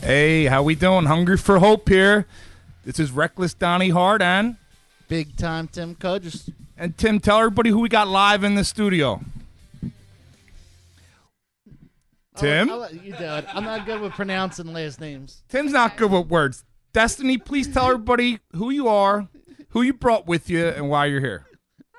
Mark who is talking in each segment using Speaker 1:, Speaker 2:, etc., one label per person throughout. Speaker 1: Hey, how we doing? Hungry for hope here. This is Reckless Donnie Hardon
Speaker 2: Big time Tim Cudges.
Speaker 1: and Tim. Tell everybody who we got live in the studio.
Speaker 3: Oh,
Speaker 1: Tim,
Speaker 2: I'll let you do it. I'm not good with pronouncing last names.
Speaker 1: Tim's not good with words. Destiny, please tell everybody who you are, who you brought with you, and why you're here.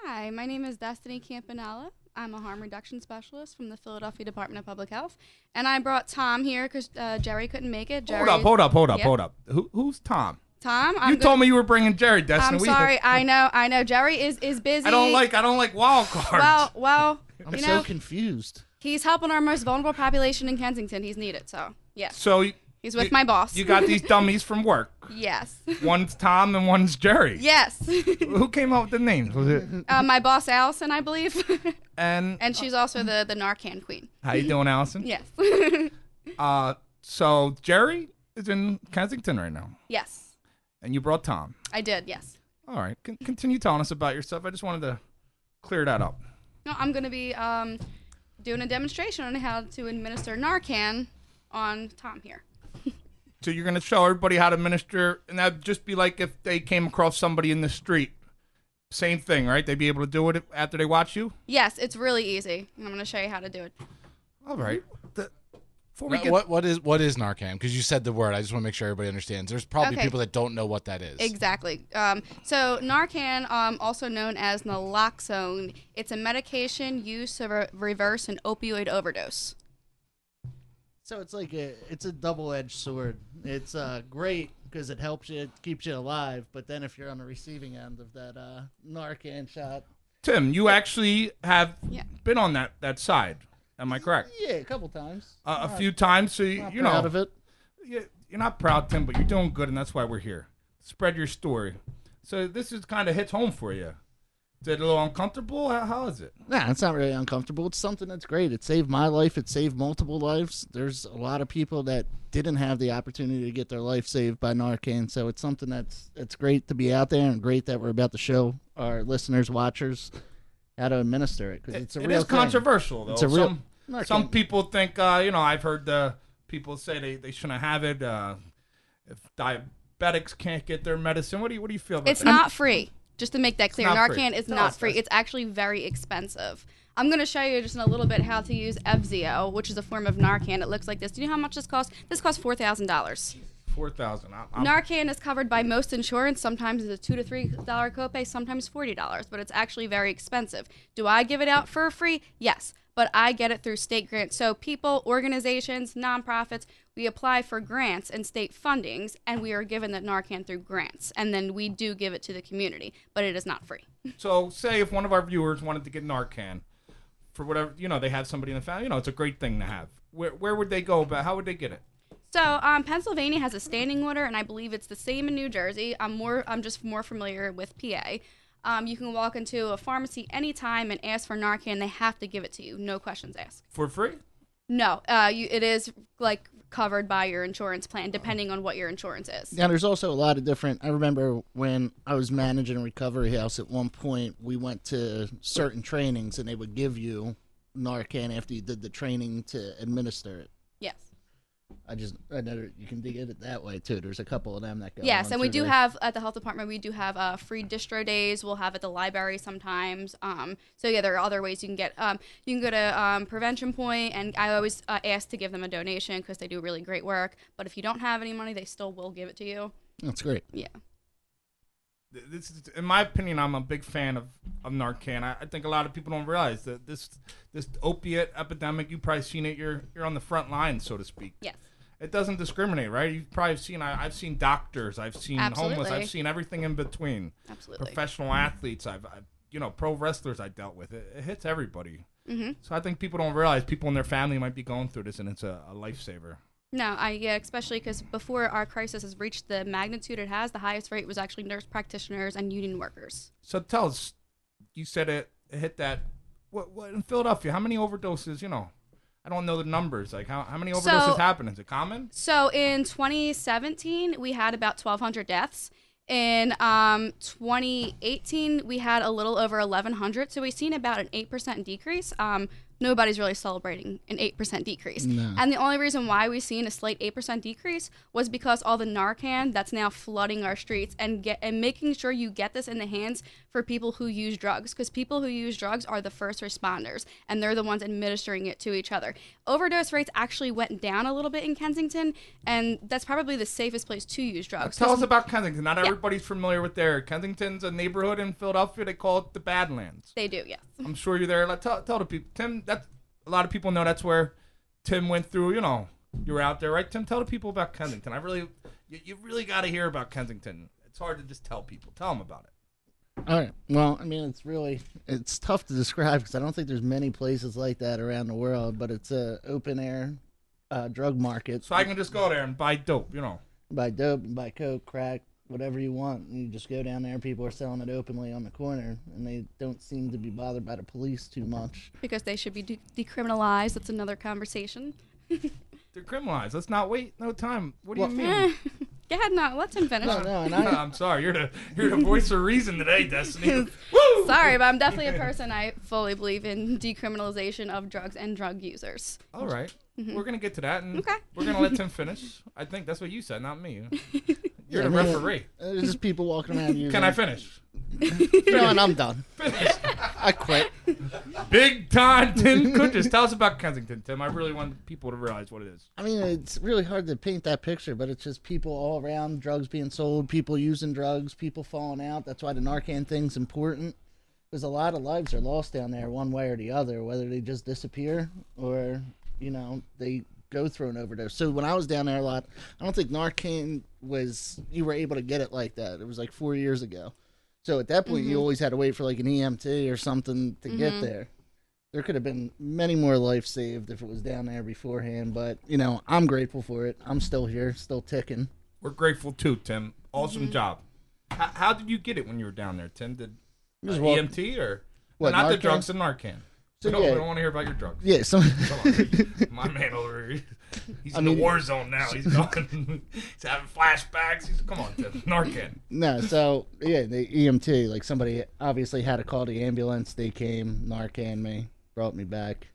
Speaker 3: Hi, my name is Destiny Campanella. I'm a harm reduction specialist from the Philadelphia Department of Public Health, and I brought Tom here because uh, Jerry couldn't make it. Jerry,
Speaker 1: Hold up, hold up, hold up,
Speaker 3: Yep.
Speaker 1: hold up. Who, who's Tom?
Speaker 3: Tom, I'm
Speaker 1: you
Speaker 3: good-
Speaker 1: told me you were bringing Jerry. Destiny,
Speaker 3: I'm
Speaker 1: We-
Speaker 3: sorry. I know. I know. Jerry is is busy.
Speaker 1: I don't like. I don't like wild cards.
Speaker 3: Well, well,
Speaker 2: I'm
Speaker 3: you
Speaker 2: so
Speaker 3: know,
Speaker 2: confused.
Speaker 3: he's helping our most vulnerable population in Kensington. He's needed. So yeah,
Speaker 1: so you-
Speaker 3: he's with
Speaker 1: you-
Speaker 3: my boss.
Speaker 1: You got these dummies from work.
Speaker 3: yes.
Speaker 1: One's Tom and one's Jerry.
Speaker 3: Yes,
Speaker 1: Who came up with the names? Was it?
Speaker 3: uh, my boss Allison, I believe,
Speaker 1: And,
Speaker 3: and she's also the the Narcan queen.
Speaker 1: how you doing, Allison?
Speaker 3: Yes,
Speaker 1: Uh, so Jerry is in Kensington right now,
Speaker 3: yes,
Speaker 1: and you brought Tom.
Speaker 3: I did. Yes.
Speaker 1: All right, Con- continue telling us about yourself. I just wanted to clear that up.
Speaker 3: No, I'm going to be um, doing a demonstration on how to administer Narcan on Tom here.
Speaker 1: So you're gonna show everybody how to minister, and that'd just be like if they came across somebody in the street. Same thing, right? They'd be able to do it after they watch you.
Speaker 3: Yes, it's really easy. and I'm going to show you how to do it.
Speaker 1: All right. The- before we
Speaker 4: Now,
Speaker 1: get
Speaker 4: what what is what is Narcan? Because you said the word. I just want to make sure everybody understands. There's probably
Speaker 3: Okay.
Speaker 4: people that don't know what that is.
Speaker 3: Exactly. Um, so Narcan, um, also known as naloxone, it's a medication used to re- reverse an opioid overdose.
Speaker 2: So it's like a it's a double edged sword. It's uh great because it helps you, it keeps you alive. But then if you're on the receiving end of that uh Narcan shot,
Speaker 1: Tim, you actually have
Speaker 3: Yeah.
Speaker 1: been on that that side. Am I correct?
Speaker 2: yeah, a couple times.
Speaker 1: Uh, a few times, so you,
Speaker 2: Not
Speaker 1: you know
Speaker 2: proud of it.
Speaker 1: you- you're not proud, Tim, but you're doing good, and that's why we're here. Spread your story. So this is kind of hits home for you. Is it a little uncomfortable? How, how is it?
Speaker 2: Nah, it's not really uncomfortable. It's something that's great. It saved my life. It saved multiple lives. There's a lot of people that didn't have the opportunity to get their life saved by Narcan. So it's something that's it's great to be out there and great that we're about to show our listeners, watchers, how to administer it because it's a
Speaker 1: It
Speaker 2: real
Speaker 1: is
Speaker 2: thing.
Speaker 1: controversial, though.
Speaker 2: It's a real-
Speaker 1: some,
Speaker 2: Narcan.
Speaker 1: some people think, uh, you know, I've heard the people say they, they shouldn't have it. Uh, if diabetics can't get their medicine, what do you what do you feel about
Speaker 3: It's
Speaker 1: that?
Speaker 3: not free. Just to make that clear,
Speaker 1: not free.
Speaker 3: Narcan is
Speaker 1: Tell us
Speaker 3: not free.
Speaker 1: this.
Speaker 3: It's actually very expensive. I'm going to show you just in a little bit how to use Evzio, which is a form of Narcan. It looks like this. Do you know how much this costs? This costs four thousand dollars.
Speaker 1: four thousand. I'm, I'm,
Speaker 3: Narcan is covered by most insurance. Sometimes it's a two to three dollar copay, sometimes forty dollars, but it's actually very expensive. Do I give it out for free? Yes, but I get it through state grants. So people, organizations, nonprofits, we apply for grants and state fundings, and we are given the Narcan through grants, and then we do give it to the community, but it is not free.
Speaker 1: So, say if one of our viewers wanted to get Narcan for whatever, you know, they have somebody in the family, you know, it's a great thing to have. Where, where would they go about? How would they get it?
Speaker 3: So um, Pennsylvania has a standing order, and I believe it's the same in New Jersey. I'm more, I'm just more familiar with PA. Um, you can walk into a pharmacy anytime and ask for Narcan. They have to give it to you, no questions asked.
Speaker 1: For free?
Speaker 3: No, uh, you, it is like covered by your insurance plan, depending on what your insurance is.
Speaker 2: Now, there's also a lot of different. I remember when I was managing a recovery house at one point, we went to certain trainings and they would give you Narcan after you did the training to administer it.
Speaker 3: Yes.
Speaker 2: I just, I know you can get it that way too. There's a couple of them that go.
Speaker 3: Yes,
Speaker 2: on
Speaker 3: and we
Speaker 2: through
Speaker 3: do
Speaker 2: there.
Speaker 3: have at the health department. We do have uh, free distro days. We'll have at the library sometimes. Um, so yeah, there are other ways you can get. Um, you can go to um, Prevention Point, and I always uh, ask to give them a donation because they do really great work. But if you don't have any money, they still will give it to you.
Speaker 2: That's great.
Speaker 3: Yeah.
Speaker 1: Th- This is, in my opinion, I'm a big fan of, of Narcan. I, I think a lot of people don't realize that this this opiate epidemic. You've probably seen it. You're you're on the front line, so to speak.
Speaker 3: Yes.
Speaker 1: It doesn't discriminate, right? You've probably seen. I, I've seen doctors. I've seen homeless.
Speaker 3: Absolutely.
Speaker 1: I've seen everything in between.
Speaker 3: Absolutely.
Speaker 1: Professional athletes. I've, I've you know pro wrestlers. I dealt with it. It hits everybody.
Speaker 3: Mm-hmm.
Speaker 1: So I think people don't realize people in their family might be going through this, and it's a, a lifesaver.
Speaker 3: No, I yeah, especially because before our crisis has reached the magnitude it has, the highest rate was actually nurse practitioners and union workers.
Speaker 1: So tell us, you said it, it hit that. What, what in Philadelphia? How many overdoses? You know, I don't know the numbers. Like how, how many overdoses
Speaker 3: So-
Speaker 1: happen? Is it common?
Speaker 3: So in 2017, we had about 1,200 deaths. In um, 2018, we had a little over 1,100. So we've seen about an 8% decrease. Um, nobody's really celebrating an 8% decrease.
Speaker 2: No.
Speaker 3: And the only reason why we've seen a slight 8% decrease was because all the Narcan that's now flooding our streets and get and making sure you get this in the hands for people who use drugs because people who use drugs are the first responders and they're the ones administering it to each other. Overdose rates actually went down a little bit in Kensington and that's probably the safest place to use drugs.
Speaker 1: Tell us about Kensington. Not everybody's familiar with there. Kensington's a neighborhood in Philadelphia. They call it the Badlands.
Speaker 3: They do, yes.
Speaker 1: I'm sure you're there. Like, tell, tell the people. Tim, that's a lot of people know that's where Tim went through. You know, you were out there, right? Tim, tell the people about Kensington. I really, you, you really got to hear about Kensington. It's hard to just tell people. Tell them about it.
Speaker 2: All right. Well, I mean, it's really it's tough to describe because I don't think there's many places like that around the world. But it's a open air uh, drug market.
Speaker 1: So I can just go there and buy dope. You know,
Speaker 2: buy dope, buy coke, crack, whatever you want. And you just go down there. People are selling it openly on the corner, and they don't seem to be bothered by the police too much.
Speaker 3: Because they should be de- decriminalized. That's another conversation.
Speaker 1: they're criminalized. Let's not wait no time. What do
Speaker 2: Well-
Speaker 1: you mean?
Speaker 3: Eh, Go ahead, no, let him finish.
Speaker 2: No, no, and
Speaker 1: No,
Speaker 2: I uh,
Speaker 1: I'm sorry. You're the you're the voice of reason today, Destiny. Woo!
Speaker 3: Sorry, but I'm definitely a person I fully believe in decriminalization of drugs and drug users.
Speaker 1: All right. We're gonna get to that, and
Speaker 3: Okay.
Speaker 1: we're gonna let Tim finish. I think that's what you said, not me. You're
Speaker 2: Yeah, Mm-hmm.
Speaker 1: the
Speaker 2: I mean,
Speaker 1: referee.
Speaker 2: there's just people walking around. using-
Speaker 1: Can I finish?
Speaker 2: You know, and I'm done.
Speaker 1: Finish.
Speaker 2: I quit.
Speaker 1: Big time Tim Kutches. Tell us about Kensington, Tim. I really want people to realize what it is.
Speaker 2: I mean, it's really hard to paint that picture, but it's just people all around, drugs being sold, people using drugs, people falling out. That's why the Narcan thing's important. There's a lot of lives are lost down there, one way or the other, whether they just disappear or, you know, they go through an overdose. So when I was down there a lot, I don't think Narcan was, you were able to get it like that. It was like four years ago. So at that point, you always had to wait for like an EMT or something to get there there could have been many more lives saved if it was down there beforehand. But you know, I'm grateful for it. I'm still here, still ticking.
Speaker 1: We're grateful too, Tim. Awesome job. H- how did you get it when you were down there, Tim? Did uh,
Speaker 2: Just walk-
Speaker 1: EMT or
Speaker 2: What,
Speaker 1: not the
Speaker 2: Narcan?
Speaker 1: drugs and Narcan?
Speaker 2: So,
Speaker 1: we, don't,
Speaker 2: yeah.
Speaker 1: we don't want to hear about your drugs.
Speaker 2: Yeah, so
Speaker 1: My man over here, he's
Speaker 2: I
Speaker 1: in
Speaker 2: mean-
Speaker 1: the war zone now. He's gone. he's having flashbacks. He's come on, Tim. Narcan.
Speaker 2: no, so yeah, the EMT, like somebody obviously had to call the ambulance. They came, Narcan me, brought me back.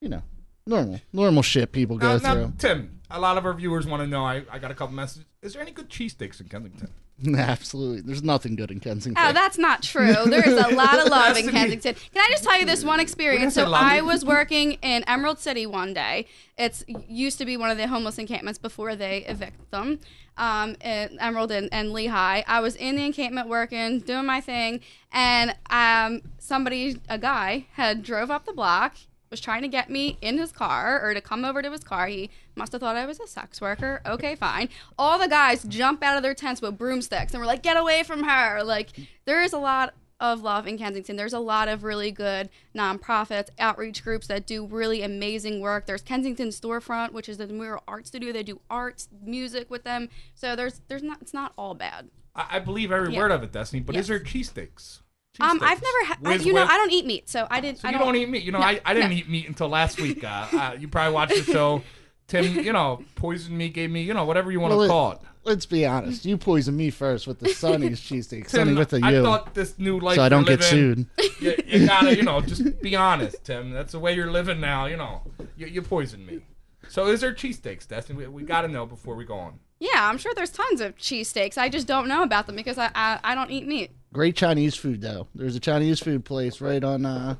Speaker 2: You know, normal, normal shit people go
Speaker 1: Now,
Speaker 2: through.
Speaker 1: now, Tim, a lot of our viewers want to know. I, I got a couple messages. Is there any good cheesesteaks in Kensington?
Speaker 2: Nah, Absolutely, there's nothing good in Kensington.
Speaker 1: Ah,
Speaker 3: Oh, that's not true. There is a lot of love in
Speaker 1: Destiny.
Speaker 3: Kensington. Can I just tell you this one experience?
Speaker 1: We're
Speaker 3: So
Speaker 1: gonna say love.
Speaker 3: I was working in Emerald City one day. It's used to be one of the homeless encampments before they evict them. Um, in Emerald and, and Lehigh. I was in the encampment working, doing my thing, and um, somebody, a guy, had drove up the block. Was trying to get me in his car or to come over to his car. He must have thought I was a sex worker. Okay, fine. All the guys jump out of their tents with broomsticks and were like, get away from her. Like, there is a lot of love in Kensington. There's a lot of really good nonprofits, outreach groups that do really amazing work. There's Kensington Storefront, which is the mural art studio. They do arts, music with them. So there's there's not it's not all bad.
Speaker 1: I, I believe every
Speaker 3: Yeah.
Speaker 1: word of it, Destiny. But is
Speaker 3: Yes.
Speaker 1: there cheesesteaks?
Speaker 3: Um, I've
Speaker 1: Cheesesteaks.
Speaker 3: never had.
Speaker 1: Whiz
Speaker 3: you know,
Speaker 1: whip.
Speaker 3: I don't eat meat, so I didn't.
Speaker 1: So
Speaker 3: I
Speaker 1: you
Speaker 3: don't,
Speaker 1: don't eat meat. You know, I, I didn't eat meat until last week. Uh, uh, you probably watched the show. Tim, you know, poisoned me, gave me, you know, whatever you want to
Speaker 2: Well, it-
Speaker 1: call it.
Speaker 2: Let's be honest. You poisoned me first with the Sonny's cheesesteak, Sonny
Speaker 1: Tim,
Speaker 2: with the
Speaker 1: I
Speaker 2: U,
Speaker 1: thought this new life.
Speaker 2: so I
Speaker 1: you're
Speaker 2: don't get
Speaker 1: living-
Speaker 2: sued.
Speaker 1: you, you gotta, you know, just be honest, Tim. That's the way you're living now. You know, you, you poisoned me. So is there cheesesteaks, Destiny? We, we gotta know before we go on.
Speaker 3: Yeah, I'm sure there's tons of cheesesteaks. I just don't know about them because I I, I don't eat meat.
Speaker 2: great Chinese food though. There's a Chinese food place right on uh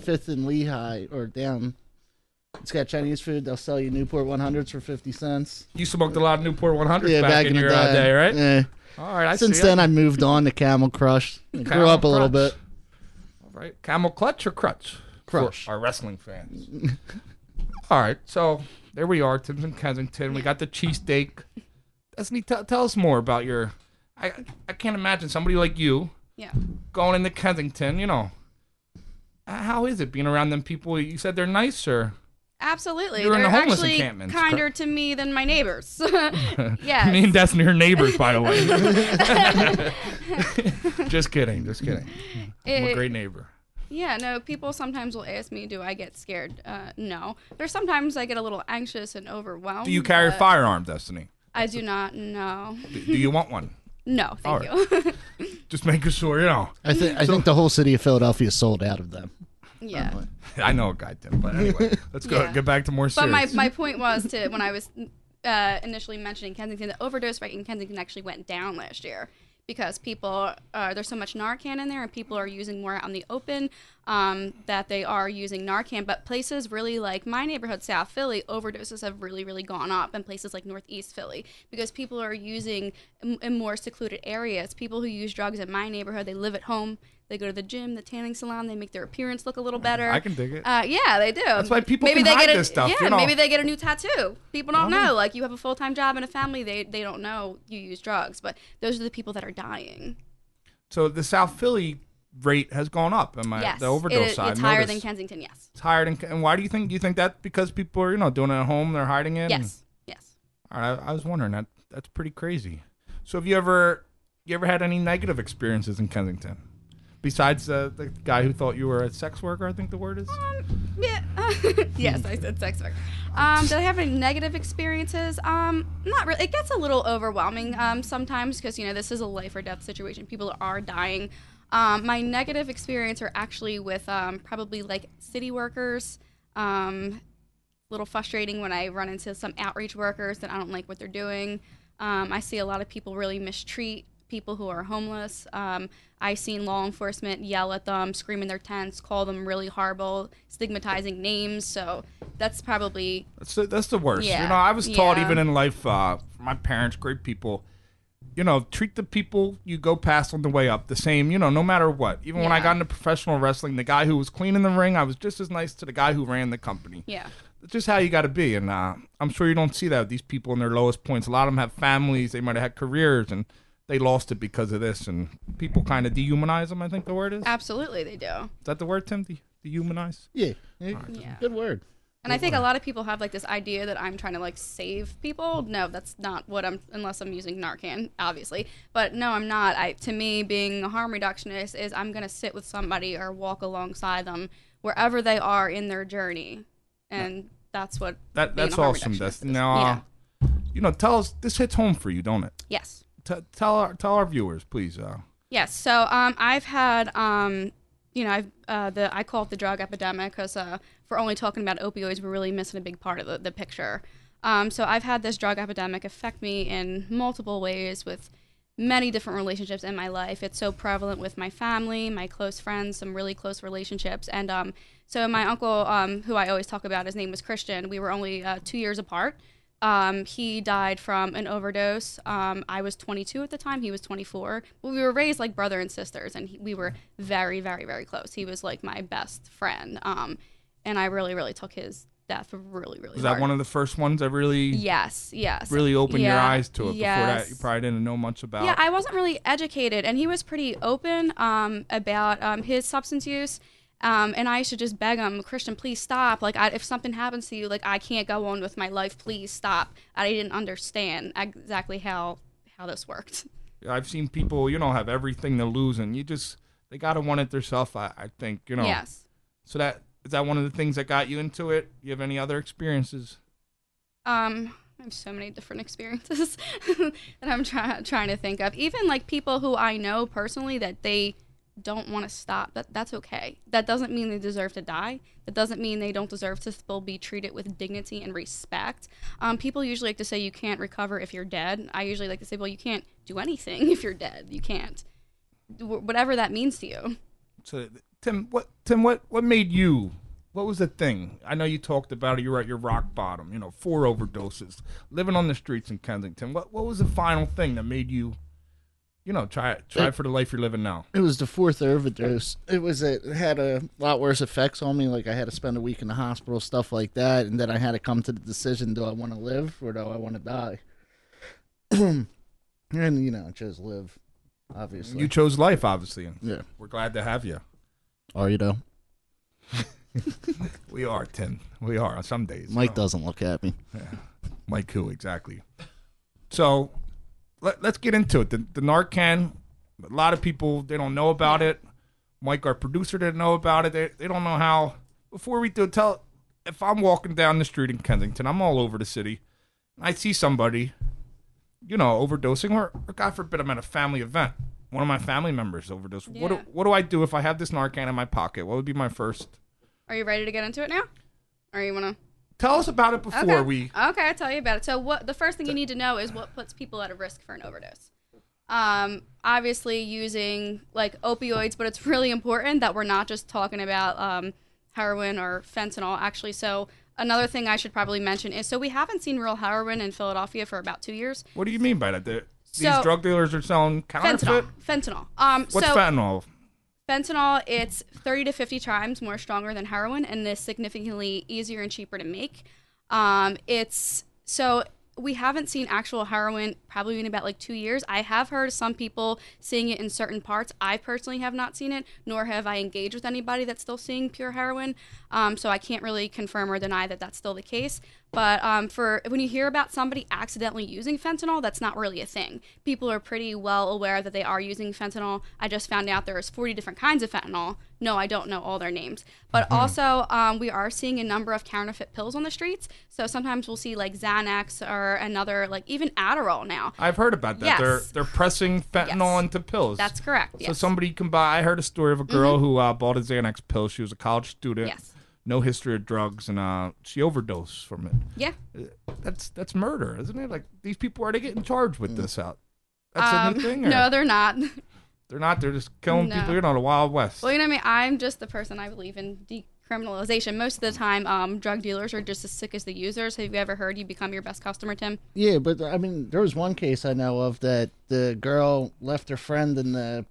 Speaker 2: Fifth and Lehigh or down. It's got Chinese food. They'll sell you Newport 100s for 50 cents.
Speaker 1: You smoked a lot of Newport 100
Speaker 2: Yeah,
Speaker 1: back,
Speaker 2: back,
Speaker 1: in,
Speaker 2: the
Speaker 1: your uh, day, right?
Speaker 2: Yeah.
Speaker 1: All right. I
Speaker 2: Since
Speaker 1: see
Speaker 2: then,
Speaker 1: it.
Speaker 2: I moved on to Camel Crush. I grew
Speaker 1: Camel
Speaker 2: up a little
Speaker 1: Crush.
Speaker 2: bit.
Speaker 1: All right. Camel clutch or crutch?
Speaker 2: Crush.
Speaker 1: For our wrestling fans. All right. So there we are, Tim's in Kensington. We got the cheesesteak. Destiny, tell tell us more about your. I I can't imagine somebody like you
Speaker 3: Yeah.
Speaker 1: going into Kensington. You know, Uh, how is it being around them people? You said they're nicer.
Speaker 3: Absolutely.
Speaker 1: You're in
Speaker 3: They're
Speaker 1: the homeless
Speaker 3: actually
Speaker 1: encampments,
Speaker 3: kinder
Speaker 1: correct?
Speaker 3: to me than my neighbors. yes.
Speaker 1: Me and Destiny are neighbors, by the way. just kidding, just kidding. I'm a
Speaker 3: It-
Speaker 1: great neighbor.
Speaker 3: Yeah, no, people sometimes will ask me, do I get scared? Uh, no. There's sometimes I get a little anxious and overwhelmed.
Speaker 1: Do you carry a
Speaker 3: but
Speaker 1: firearm, Destiny?
Speaker 3: I do not, no.
Speaker 1: Do, do you want one?
Speaker 3: No,
Speaker 1: All
Speaker 3: thank you.
Speaker 1: Just making sure, you know.
Speaker 2: I think I think the whole city of Philadelphia sold out of them.
Speaker 3: Yeah.
Speaker 2: Probably.
Speaker 1: I know a guy did, but anyway, let's go
Speaker 3: Yeah.
Speaker 1: get back to more
Speaker 3: But
Speaker 1: serious.
Speaker 3: my, my point was to when I was uh, initially mentioning Kensington, the overdose rate in Kensington actually went down last year because people uh, there's so much Narcan in there and people are using more out in the open um, that they are using Narcan. But places really like my neighborhood, South Philly, overdoses have really really gone up, and places like Northeast Philly because people are using in, in more secluded areas. People who use drugs in my neighborhood, they live at home. They go to the gym, the tanning salon. They make their appearance look a little better.
Speaker 1: I can dig it.
Speaker 3: Uh, yeah, they do. That's
Speaker 1: why people
Speaker 3: maybe
Speaker 1: can
Speaker 3: they
Speaker 1: hide
Speaker 3: get a,
Speaker 1: this stuff,
Speaker 3: Yeah,
Speaker 1: you know.
Speaker 3: maybe they get a new tattoo. People don't know. Like you have a full time job and a family. They they don't know you use drugs. But those are the people that are dying.
Speaker 1: so the South Philly rate has gone up. Am I
Speaker 3: yes,
Speaker 1: the overdose
Speaker 3: It-
Speaker 1: side?
Speaker 3: It's higher than
Speaker 1: noticed.
Speaker 3: Kensington. Yes.
Speaker 1: It's higher than. And why do you think? Do you think that because people are you know doing it at home, they're hiding it?
Speaker 3: Yes. Yes.
Speaker 1: All right, I, I was wondering that. That's pretty crazy. So have you ever you ever had any negative experiences in Kensington? Besides uh, the guy who thought you were a sex worker, I think the word is.
Speaker 3: Um, yeah. yes, I said sex work. Um, do I have any negative experiences? Um, not really. It gets a little overwhelming um, sometimes because you know this is a life or death situation. People are dying. Um, my negative experience are actually with um, probably like city workers. Um, little frustrating when I run into some outreach workers that I don't like what they're doing. Um, I see a lot of people really mistreat people who are homeless. Um, I've seen law enforcement yell at them, scream in their tents, call them really horrible, stigmatizing names. So that's probably
Speaker 1: That's the, that's the worst. You
Speaker 3: Yeah,
Speaker 1: know, I was taught
Speaker 3: yeah.
Speaker 1: even in life, uh, my parents, great people. You know, treat the people you go past on the way up the same. You know, no matter what. Even when I
Speaker 3: Yeah.
Speaker 1: got into professional wrestling, the guy who was cleaning the ring, I was just as nice to the guy who ran the company.
Speaker 3: yeah,
Speaker 1: That's just how you got to be. And uh, I'm sure you don't see that with these people in their lowest points. A lot of them have families. They might have had careers, and they lost it because of this. And people kind of dehumanize them. I think the word is.
Speaker 3: absolutely they do.
Speaker 1: Is that the word, Tim? De- dehumanize.
Speaker 2: Yeah. Eh,
Speaker 3: Yeah.
Speaker 2: Good word.
Speaker 3: And I think a lot of people have like this idea that I'm trying to like save people.
Speaker 1: Mm-hmm.
Speaker 3: No, that's not what I'm unless I'm using Narcan, obviously. But no, I'm not. I to me being a harm reductionist is I'm going to sit with somebody or walk alongside them wherever they are in their journey. And that's what
Speaker 1: That
Speaker 3: being a
Speaker 1: that's
Speaker 3: harm
Speaker 1: awesome.
Speaker 3: reductionist
Speaker 1: That's
Speaker 3: is.
Speaker 1: now. Uh,
Speaker 3: Yeah.
Speaker 1: You know, tell us. This hits home for you, don't it?
Speaker 3: Yes.
Speaker 1: T- tell our tell our viewers, please. Uh,
Speaker 3: Yes. So um, I've had, um, you know, I've uh, the I call it the drug epidemic because uh, if we're only talking about opioids, we're really missing a big part of the, the picture. Um, so I've had this drug epidemic affect me in multiple ways with many different relationships in my life. It's so prevalent with my family, my close friends, some really close relationships, and um, so my uncle, um, who I always talk about, his name was Christian. We were only uh, two years apart. Um, he died from an overdose. Um, I was 22 at the time. He was 24. But we were raised like brother and sisters, and he, we were very, very, very close. He was like my best friend. Um, and I really, really took his death really, really
Speaker 1: was that
Speaker 3: hard.
Speaker 1: one of the first ones that really
Speaker 3: yes, yes.
Speaker 1: really opened your
Speaker 3: Yeah,
Speaker 1: eyes to it? Before that,
Speaker 3: yes.
Speaker 1: you probably didn't know much about.
Speaker 3: Yeah, I wasn't really educated, and he was pretty open um, about um, his substance use. Um, and I used to just beg him, Christian, please stop. Like, I, if something happens to you, like I can't go on with my life. Please stop. I didn't understand exactly how how this worked.
Speaker 1: I've seen people, you know, have everything to lose, and you just they gotta want it themselves. I, I think, you know.
Speaker 3: Yes.
Speaker 1: So that is that one of the things that got you into it. You have any other experiences?
Speaker 3: Um, I have so many different experiences that I'm try- trying to think of. Even like people who I know personally that they don't want to stop. That that's okay. That doesn't mean they deserve to die. That doesn't mean they don't deserve to still be treated with dignity and respect. Um, people usually like to say you can't recover if you're dead. I usually like to say, well, you can't do anything if you're dead. You can't. Wh- Whatever that means to you.
Speaker 1: So Tim, what Tim, what what made you? What was the thing? I know you talked about it. You were at your rock bottom. You know, four overdoses, living on the streets in Kensington. What what was the final thing that made you, you know, try try for the life you're living now?
Speaker 2: It was the fourth overdose. It was a, it had a lot worse effects on me. Like I had to spend a week in the hospital, stuff like that, and then I had to come to the decision: do I want to live or do I want to die? and you know, I chose live, obviously.
Speaker 1: You chose life, obviously, and
Speaker 2: yeah.
Speaker 1: we're glad to have you.
Speaker 2: Or you know,
Speaker 1: We are Tim. We are on some days.
Speaker 2: Mike doesn't look at me.
Speaker 1: Mike who exactly? So let, let's get into it. The, the Narcan, a lot of people they don't know about it. Mike, our producer, didn't know about it. They, they don't know how. Before we do, tell if I'm walking down the street in Kensington, I'm all over the city, and I see somebody, you know, overdosing, or, or God forbid, I'm at a family event. One of my family members overdosed. What do,
Speaker 3: Yeah.
Speaker 1: what do I do if I have this Narcan in my pocket? What would be my first
Speaker 3: Are you ready to get into it now? Or you want to?
Speaker 1: Tell us about it before
Speaker 3: okay.
Speaker 1: we.
Speaker 3: Okay, I'll tell you about it. So what the first thing you need to know is what puts people at a risk for an overdose. Um, obviously using like opioids, but it's really important that we're not just talking about um, heroin or fentanyl actually. So another thing I should probably mention is so we haven't seen real heroin in Philadelphia for about two years.
Speaker 1: What do you mean by that? The- These
Speaker 3: So-
Speaker 1: drug dealers are selling counterfeit.
Speaker 3: Fentanyl. Fentanyl. Um,
Speaker 1: What's
Speaker 3: so
Speaker 1: fentanyl?
Speaker 3: fentanyl it's 30 to 50 times more stronger than heroin and is significantly easier and cheaper to make um, it's so we haven't seen actual heroin probably in about like two years i have heard of some people seeing it in certain parts i personally have not seen it nor have i engaged with anybody that's still seeing pure heroin um, so i can't really confirm or deny that that's still the case but um, for when you hear about somebody accidentally using fentanyl, that's not really a thing. People are pretty well aware that they are using fentanyl. I just found out there's 40 different kinds of fentanyl. No, I don't know all their names. But
Speaker 1: Mm-hmm.
Speaker 3: also, um, we are seeing a number of counterfeit pills on the streets. So sometimes we'll see like Xanax or another, like even Adderall now.
Speaker 1: I've heard about that.
Speaker 3: Yes.
Speaker 1: They're they're pressing fentanyl
Speaker 3: Yes.
Speaker 1: into pills.
Speaker 3: That's correct.
Speaker 1: So
Speaker 3: Yes. Mm-hmm.
Speaker 1: somebody can buy. I heard a story of a girl who uh, bought a Xanax pill. She was a college student,
Speaker 3: Yes.
Speaker 1: no history of drugs, and uh, she overdosed from it.
Speaker 3: yeah.
Speaker 1: That's that's murder, isn't it? Like these people are they getting charged with this out? That's a
Speaker 3: Mm. Um,
Speaker 1: new thing. Or
Speaker 3: no, they're not.
Speaker 1: they're not. They're just killing
Speaker 3: No.
Speaker 1: people. You're not the Wild West.
Speaker 3: Well, you know what I mean? I'm just the person I believe in decriminalization. Most of the time, um, drug dealers are just as sick as the users. Have you ever heard you become your best customer, Tim?
Speaker 2: Yeah, but I mean, there was one case I know of that the girl left her friend in the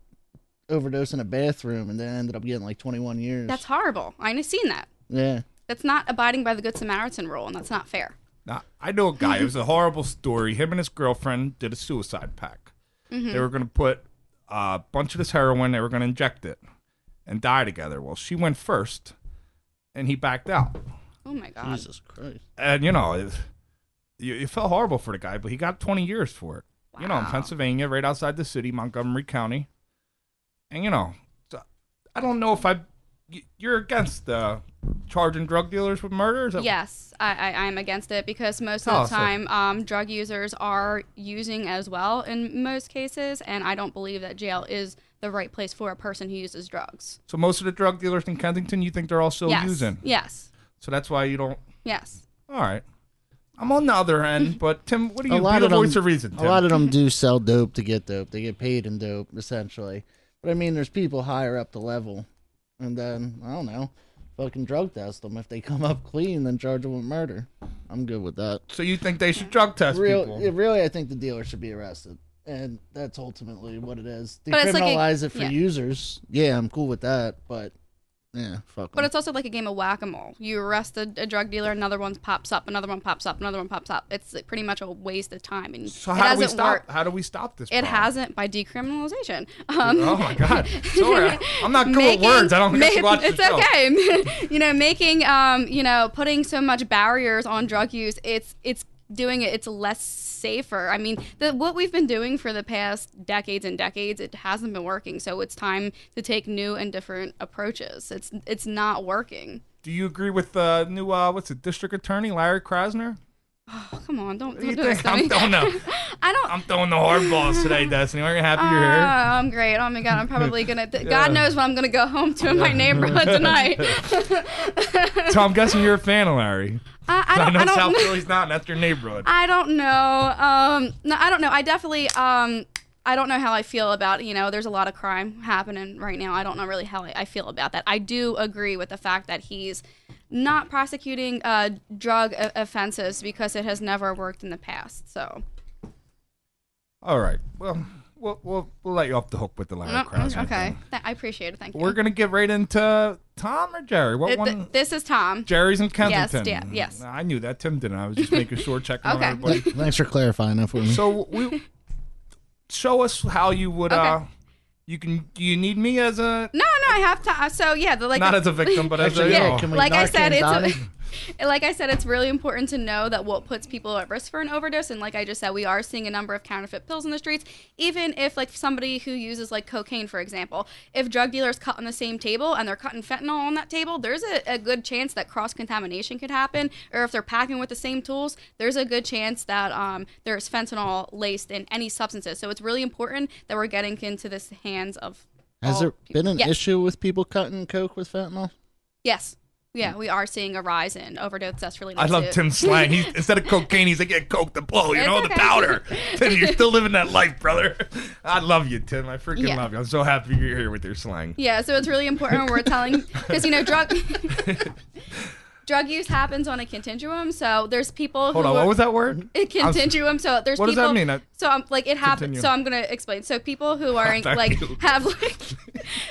Speaker 2: overdose in a bathroom, and then ended up getting like 21 years.
Speaker 3: That's horrible. I've seen that.
Speaker 2: yeah.
Speaker 3: That's not abiding by the Good Samaritan rule, and that's not fair.
Speaker 1: Now, I know a guy. it was a horrible story. Him and his girlfriend did a suicide pact. They were going to put a bunch of this heroin. They were going to inject it and die together. Well, she went first, and he backed out.
Speaker 3: Oh my God.
Speaker 2: Jesus Christ.
Speaker 1: And you know, it, you, you felt horrible for the guy, but he got 20 years for it. You know, in
Speaker 3: Wow.
Speaker 1: Pennsylvania, right outside the city, Montgomery County. And you know, so I don't know if I. you- You're against uh, charging drug dealers with murder? Is that
Speaker 3: Yes, I, I, I'm against it because most
Speaker 1: Oh,
Speaker 3: of
Speaker 1: so-
Speaker 3: the time, um, drug users are using as well in most cases, and I don't believe that jail is the right place for a person who uses drugs.
Speaker 1: So most of the drug dealers in Kensington, you think they're all still
Speaker 3: yes.
Speaker 1: using?
Speaker 3: Yes.
Speaker 1: So that's why you don't.
Speaker 3: Yes.
Speaker 1: All right. I'm on the other end, but Tim, what do you?
Speaker 2: a lot
Speaker 1: be
Speaker 2: of
Speaker 1: the
Speaker 2: them,
Speaker 1: voice of reason.
Speaker 2: A
Speaker 1: Tim.
Speaker 2: lot of them do sell dope to get dope. They get paid in dope, essentially. But I mean, there's people higher up the level, and then I don't know, fucking drug test them. If they come up clean, then charge them with murder. I'm good with that.
Speaker 1: so you think they should drug test
Speaker 2: Real,
Speaker 1: people?
Speaker 2: yeah, really, I think the dealer should be arrested, and that's ultimately what it is.
Speaker 3: But it's like a-
Speaker 2: Decriminalize it for
Speaker 3: yeah.
Speaker 2: users. Yeah, I'm cool with that, but yeah, fuck.
Speaker 3: But
Speaker 2: 'em.
Speaker 3: it's also like a game of whack a mole. You arrest a, a drug dealer, another one pops up, another one pops up, another one pops up. It's like, pretty much a waste of time. And
Speaker 1: so
Speaker 3: it
Speaker 1: how do we
Speaker 3: hasn't
Speaker 1: stop?
Speaker 3: worked.
Speaker 1: How do we stop this?
Speaker 3: It
Speaker 1: problem?
Speaker 3: hasn't by decriminalization. Um,
Speaker 1: Oh my God! Sorry, I'm not good
Speaker 3: making-
Speaker 1: with words. I don't think I
Speaker 3: ma-
Speaker 1: should watch the
Speaker 3: It's
Speaker 1: show.
Speaker 3: okay. you know, making um, you know, putting so much barriers on drug use, it's it's doing it it's less safer. I mean, the what we've been doing for the past decades and decades, it hasn't been working. So it's time to take new and different approaches. It's it's not working.
Speaker 1: Do you agree with the uh, new uh, what's it, district attorney Larry Krasner?
Speaker 3: Oh, come on, don't,
Speaker 1: What do you
Speaker 3: don't do this
Speaker 1: think?
Speaker 3: to
Speaker 1: I'm
Speaker 3: me.
Speaker 1: throwing the
Speaker 3: I don't
Speaker 1: I'm throwing the hardballs today, Destiny. Aren't you happy you're here?
Speaker 3: Ah, I'm great. Oh my god, I'm probably gonna. Th- God knows what I'm gonna go home to in my neighborhood tonight.
Speaker 1: So I'm guessing you're a fan of Larry.
Speaker 3: I, Uh, I
Speaker 1: I
Speaker 3: don't.
Speaker 1: know
Speaker 3: I don't,
Speaker 1: South
Speaker 3: know.
Speaker 1: Philly's not. And that's your neighborhood.
Speaker 3: I don't know. Um, no, I don't know. I definitely. Um, I don't know how I feel about. You know, there's a lot of crime happening right now. I don't know really how I, I feel about that. I do agree with the fact that he's not prosecuting uh, drug o- offenses because it has never worked in the past. So
Speaker 1: All right. Well, we'll we'll, we'll let you off the hook with the Larry
Speaker 3: No,
Speaker 1: Krasner. thing.
Speaker 3: Oh, Mm, okay, Th- I appreciate it. Thank you.
Speaker 1: We're gonna get right into Tom or Jerry. What
Speaker 3: Th-
Speaker 1: one?
Speaker 3: th- this is Tom.
Speaker 1: Jerry's in Kensington. Mm,
Speaker 3: yeah, yes.
Speaker 1: I knew that. Tim didn't. I was just making sure, checking on
Speaker 3: Okay.
Speaker 1: everybody.
Speaker 2: Thanks for clarifying that for me.
Speaker 1: So we show us how you would.
Speaker 3: Okay.
Speaker 1: uh You can. Do you need me as a
Speaker 3: No, no, I have time. So yeah, the like
Speaker 1: not
Speaker 3: the-
Speaker 1: as a victim, but as a oh,
Speaker 2: Actually,
Speaker 1: you
Speaker 2: yeah,
Speaker 1: know.
Speaker 2: can we-
Speaker 3: like I
Speaker 2: Narcan
Speaker 3: said, it's
Speaker 2: Donnie?
Speaker 3: like I said, it's really important to know that what puts people at risk for an overdose. And like I just said, we are seeing a number of counterfeit pills in the streets. Even if like somebody who uses like cocaine, for example, if drug dealers cut on the same table and they're cutting fentanyl on that table, there's a, a good chance that cross contamination could happen. Or if they're packing with the same tools, there's a good chance that um, there's fentanyl laced in any substances. So it's really important that we're getting into this hands of
Speaker 2: Has
Speaker 3: all
Speaker 2: there
Speaker 3: people.
Speaker 2: been an
Speaker 3: Yes.
Speaker 2: issue with people cutting coke with fentanyl?
Speaker 3: Yes. Yeah, we are seeing a rise in overdose deaths related.
Speaker 1: Mm. I love
Speaker 3: to-
Speaker 1: Tim's slang. He's, instead of cocaine, he's like, yeah, coke the blow, you
Speaker 3: It's
Speaker 1: know, the
Speaker 3: okay.
Speaker 1: powder. Tim, you're still living that life, brother. I love you, Tim. I freaking
Speaker 3: Yeah.
Speaker 1: love you. I'm so happy you're here with your slang.
Speaker 3: Yeah, so it's really important when we're telling because you know drug drug use happens on a continuum. So there's people
Speaker 1: Hold
Speaker 3: who
Speaker 1: on,
Speaker 3: are-
Speaker 1: what was that word?
Speaker 3: a continuum. So there's
Speaker 1: What does
Speaker 3: people.
Speaker 1: that mean? I-
Speaker 3: So I'm like it happens.
Speaker 1: Continue.
Speaker 3: So I'm gonna explain. So people who are
Speaker 1: Thank
Speaker 3: like
Speaker 1: you.
Speaker 3: have like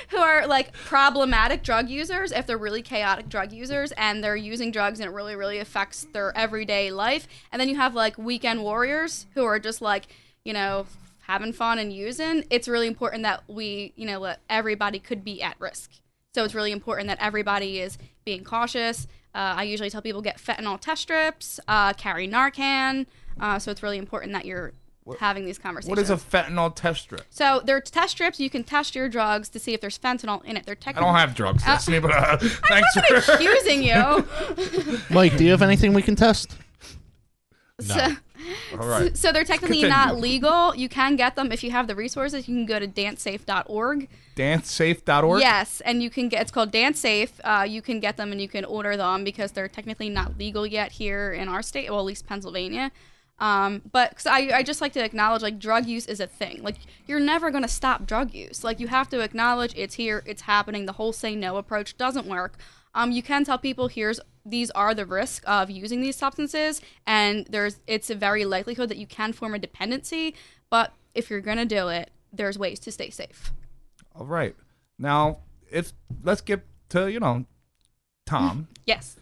Speaker 3: who are like problematic drug users, if they're really chaotic drug users and they're using drugs and it really really affects their everyday life. And then you have like weekend warriors who are just like you know having fun and using. It's really important that we you know let everybody could be at risk. So it's really important that everybody is being cautious. Uh, I usually tell people get fentanyl test strips, uh, carry Narcan. Uh, so it's really important that you're having these conversations.
Speaker 1: What is a fentanyl test strip?
Speaker 3: so they're test strips. You can test your drugs to see if there's fentanyl in it. They're
Speaker 1: I
Speaker 3: technically
Speaker 1: don't have drugs, that's me, but uh, thanks for.
Speaker 3: accusing you.
Speaker 2: Mike, do you have anything we can test?
Speaker 3: so,
Speaker 1: All right.
Speaker 3: so they're technically
Speaker 1: Continue.
Speaker 3: not legal. You can get them if you have the resources. You can go to dancesafe.org.
Speaker 1: DanceSafe.org?
Speaker 3: Yes, and you can get it's called Dance Safe. Uh, you can get them and you can order them because they're technically not legal yet here in our state, well at least Pennsylvania. Um, but 'cause I, I just like to acknowledge like drug use is a thing. Like you're never gonna stop drug use. Like you have to acknowledge it's here, it's happening. The whole say no approach doesn't work. Um, you can tell people here's these are the risks of using these substances, and there's it's a very likelihood that you can form a dependency. But if you're gonna do it, there's ways to stay safe.
Speaker 1: All right. Now, if let's get to, you know, Tom.
Speaker 3: Yes.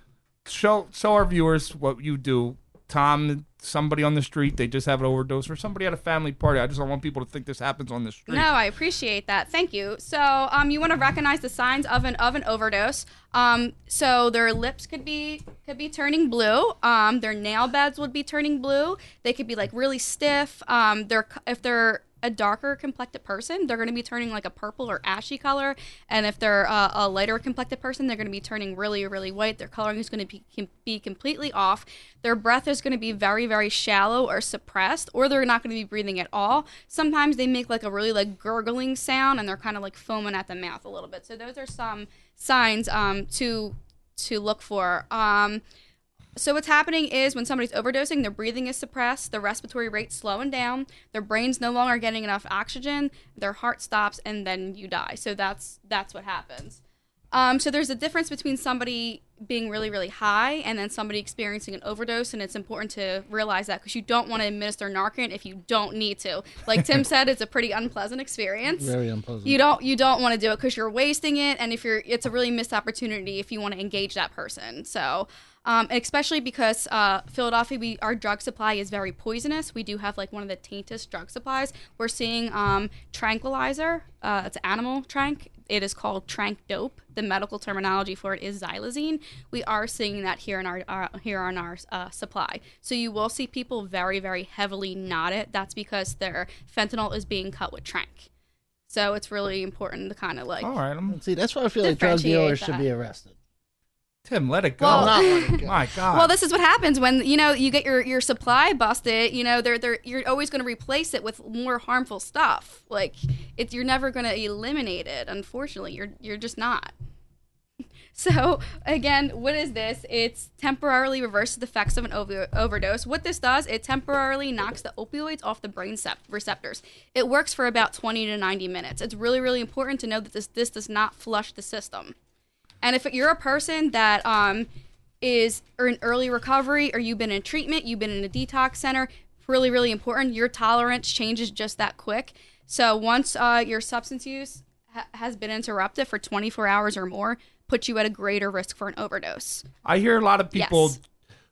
Speaker 1: show show our viewers what you do. Tom, somebody on the street, they just have an overdose, or somebody at a family party. I just don't want people to think this happens on the street.
Speaker 3: No, I appreciate that. Thank you. So, um, you want to recognize the signs of an of an overdose. Um, so their lips could be could be turning blue. Um, their nail beds would be turning blue. They could be like really stiff. Um, they're if they're a darker complected person, they're going to be turning like a purple or ashy color. And if they're uh, a lighter complected person, they're going to be turning really, really white. Their coloring is going to be, com- be completely off. Their breath is going to be very, very shallow or suppressed, or they're not going to be breathing at all. Sometimes they make like a really like gurgling sound, and they're kind of like foaming at the mouth a little bit. So those are some signs um, to to look for. Um, so what's happening is when somebody's overdosing, their breathing is suppressed, their respiratory rate's slowing down, their brain's no longer getting enough oxygen, their heart stops, and then you die. So that's that's what happens. Um, so there's a difference between somebody being really, really high and then somebody experiencing an overdose, and it's important to realize that because you don't want to administer Narcan if you don't need to. Like Tim said, it's a pretty unpleasant experience.
Speaker 2: Very unpleasant.
Speaker 3: You don't you don't want to do it because you're wasting it, and if you're, it's a really missed opportunity if you want to engage that person. So, um, especially because uh, Philadelphia, we our drug supply is very poisonous. We do have like one of the taintest drug supplies. We're seeing um, tranquilizer. Uh, it's animal trank. It is called trank dope. The medical terminology for it is xylazine. We are seeing that here in our uh, here on our uh, supply. So you will see people very very heavily knotted. That's because their fentanyl is being cut with trank. So it's really important to kind of like.
Speaker 1: All right, I'm,
Speaker 2: See, that's why I feel like drug
Speaker 3: Differentiate
Speaker 2: dealers should
Speaker 3: that.
Speaker 2: be arrested.
Speaker 1: Tim, let it go.
Speaker 3: Well-
Speaker 2: Not letting go.
Speaker 1: My God.
Speaker 3: Well, this is what happens when you know you get your, your supply busted. You know, they're, they're you're always going to replace it with more harmful stuff. Like it, you're never going to eliminate it. Unfortunately, you're you're just not. So again, what is this? It's temporarily reverses the effects of an ovi- overdose. What this does, it temporarily knocks the opioids off the brain sep- receptors. It works for about 20 to 90 minutes. It's really really important to know that this this does not flush the system. And if you're a person that um, is or in early recovery or you've been in treatment, you've been in a detox center, really, really important. Your tolerance changes just that quick. So once uh, your substance use ha- has been interrupted for 24 hours or more, puts you at a greater risk for an overdose.
Speaker 1: I hear a lot of people
Speaker 3: Yes.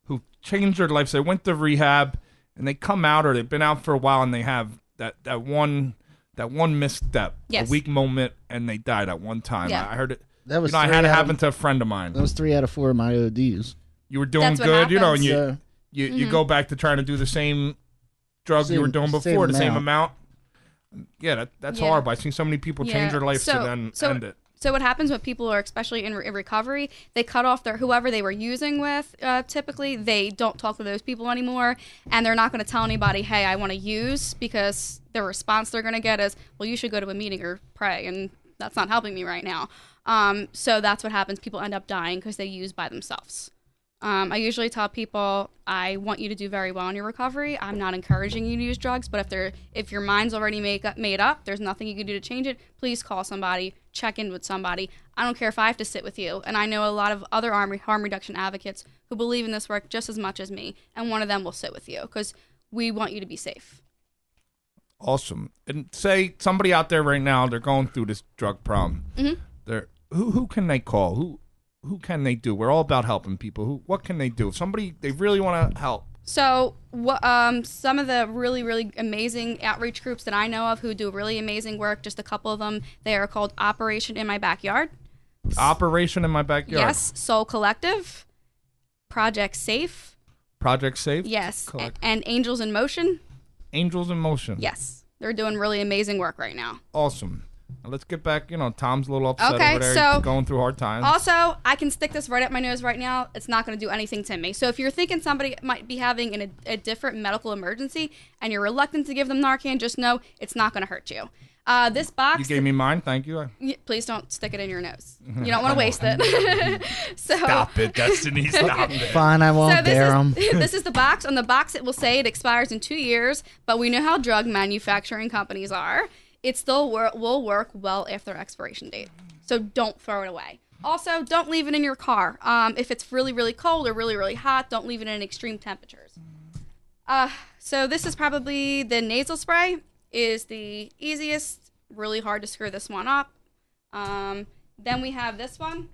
Speaker 1: who change their lives. They went to rehab and they come out, or they've been out for a while, and they have that that one that one misstep,
Speaker 3: Yes.
Speaker 1: a weak moment, and they died at one time.
Speaker 3: Yeah.
Speaker 1: I, I heard it.
Speaker 2: That was
Speaker 1: you know, I
Speaker 2: three
Speaker 1: had it
Speaker 2: out of-
Speaker 1: happen to a friend of mine.
Speaker 2: That was three out of four of my ODs.
Speaker 1: you were doing
Speaker 3: That's what
Speaker 1: good, you know, and
Speaker 3: happens. Mm-hmm.
Speaker 1: you
Speaker 2: Yeah.
Speaker 1: you, you go back to trying to do the same drug you were
Speaker 2: Same-
Speaker 1: doing
Speaker 2: same
Speaker 1: before, the same amount.
Speaker 2: amount.
Speaker 1: Yeah, that, that's
Speaker 3: Yeah.
Speaker 1: horrible. I've seen so many people change
Speaker 3: Yeah.
Speaker 1: their lives
Speaker 3: So-
Speaker 1: to then
Speaker 3: so-
Speaker 1: end it.
Speaker 3: So what happens when people are especially in, re- in recovery, they cut off their whoever they were using with. Uh, typically, they don't talk to those people anymore, and they're not going to tell anybody, "Hey, I want to use," because the response they're going to get is, "Well, you should go to a meeting or pray," and that's not helping me right now. Um, so that's what happens. People end up dying because they use by themselves. Um, I usually tell people I want you to do very well in your recovery. I'm not encouraging you to use drugs, but if there, if your mind's already make up, made up, there's nothing you can do to change it. Please call somebody, check in with somebody. I don't care if I have to sit with you. And I know a lot of other harm, harm reduction advocates who believe in this work just as much as me, and one of them will sit with you because we want you to be safe.
Speaker 1: Awesome. And say somebody out there right now, they're going through this drug problem.
Speaker 3: Mm-hmm.
Speaker 1: They're who who can they call? Who who can they do? We're all about helping people. Who what can they do? If somebody they really want to help,
Speaker 3: So, what, um, some of the really, really amazing outreach groups that I know of who do really amazing work, just a couple of them, they are called Operation In My Backyard.
Speaker 1: Operation in my backyard.
Speaker 3: Yes, Soul Collective, Project Safe.
Speaker 1: Project Safe.
Speaker 3: Yes, a-
Speaker 1: Collect-
Speaker 3: and Angels in Motion.
Speaker 1: Angels in Motion.
Speaker 3: Yes, they're doing really amazing work right now.
Speaker 1: Awesome. Now let's get back. You know, Tom's a little upset
Speaker 3: Okay,
Speaker 1: over there.
Speaker 3: so-
Speaker 1: He's going through hard times.
Speaker 3: Also, I can stick this right up my nose right now. It's not going to do anything to me. So if you're thinking somebody might be having an, a different medical emergency and you're reluctant to give them Narcan, just know it's not going to hurt you. Uh, this box.
Speaker 1: you gave me mine. Thank you.
Speaker 3: Y- Please don't stick it in your nose. You don't want to waste it. so
Speaker 1: it, Destiny. Stop
Speaker 2: Fine, I won't
Speaker 3: So
Speaker 2: dare 'em.
Speaker 3: this is, this is the box. On the box, it will say it expires in two years, but we know how drug manufacturing companies are. It still wor- will work well after expiration date. So don't throw it away. Also, don't leave it in your car. Um, if it's really, really cold or really, really hot, don't leave it in extreme temperatures. Uh, so this is probably the nasal spray is the easiest. Really hard to screw this one up. Um, then we have this one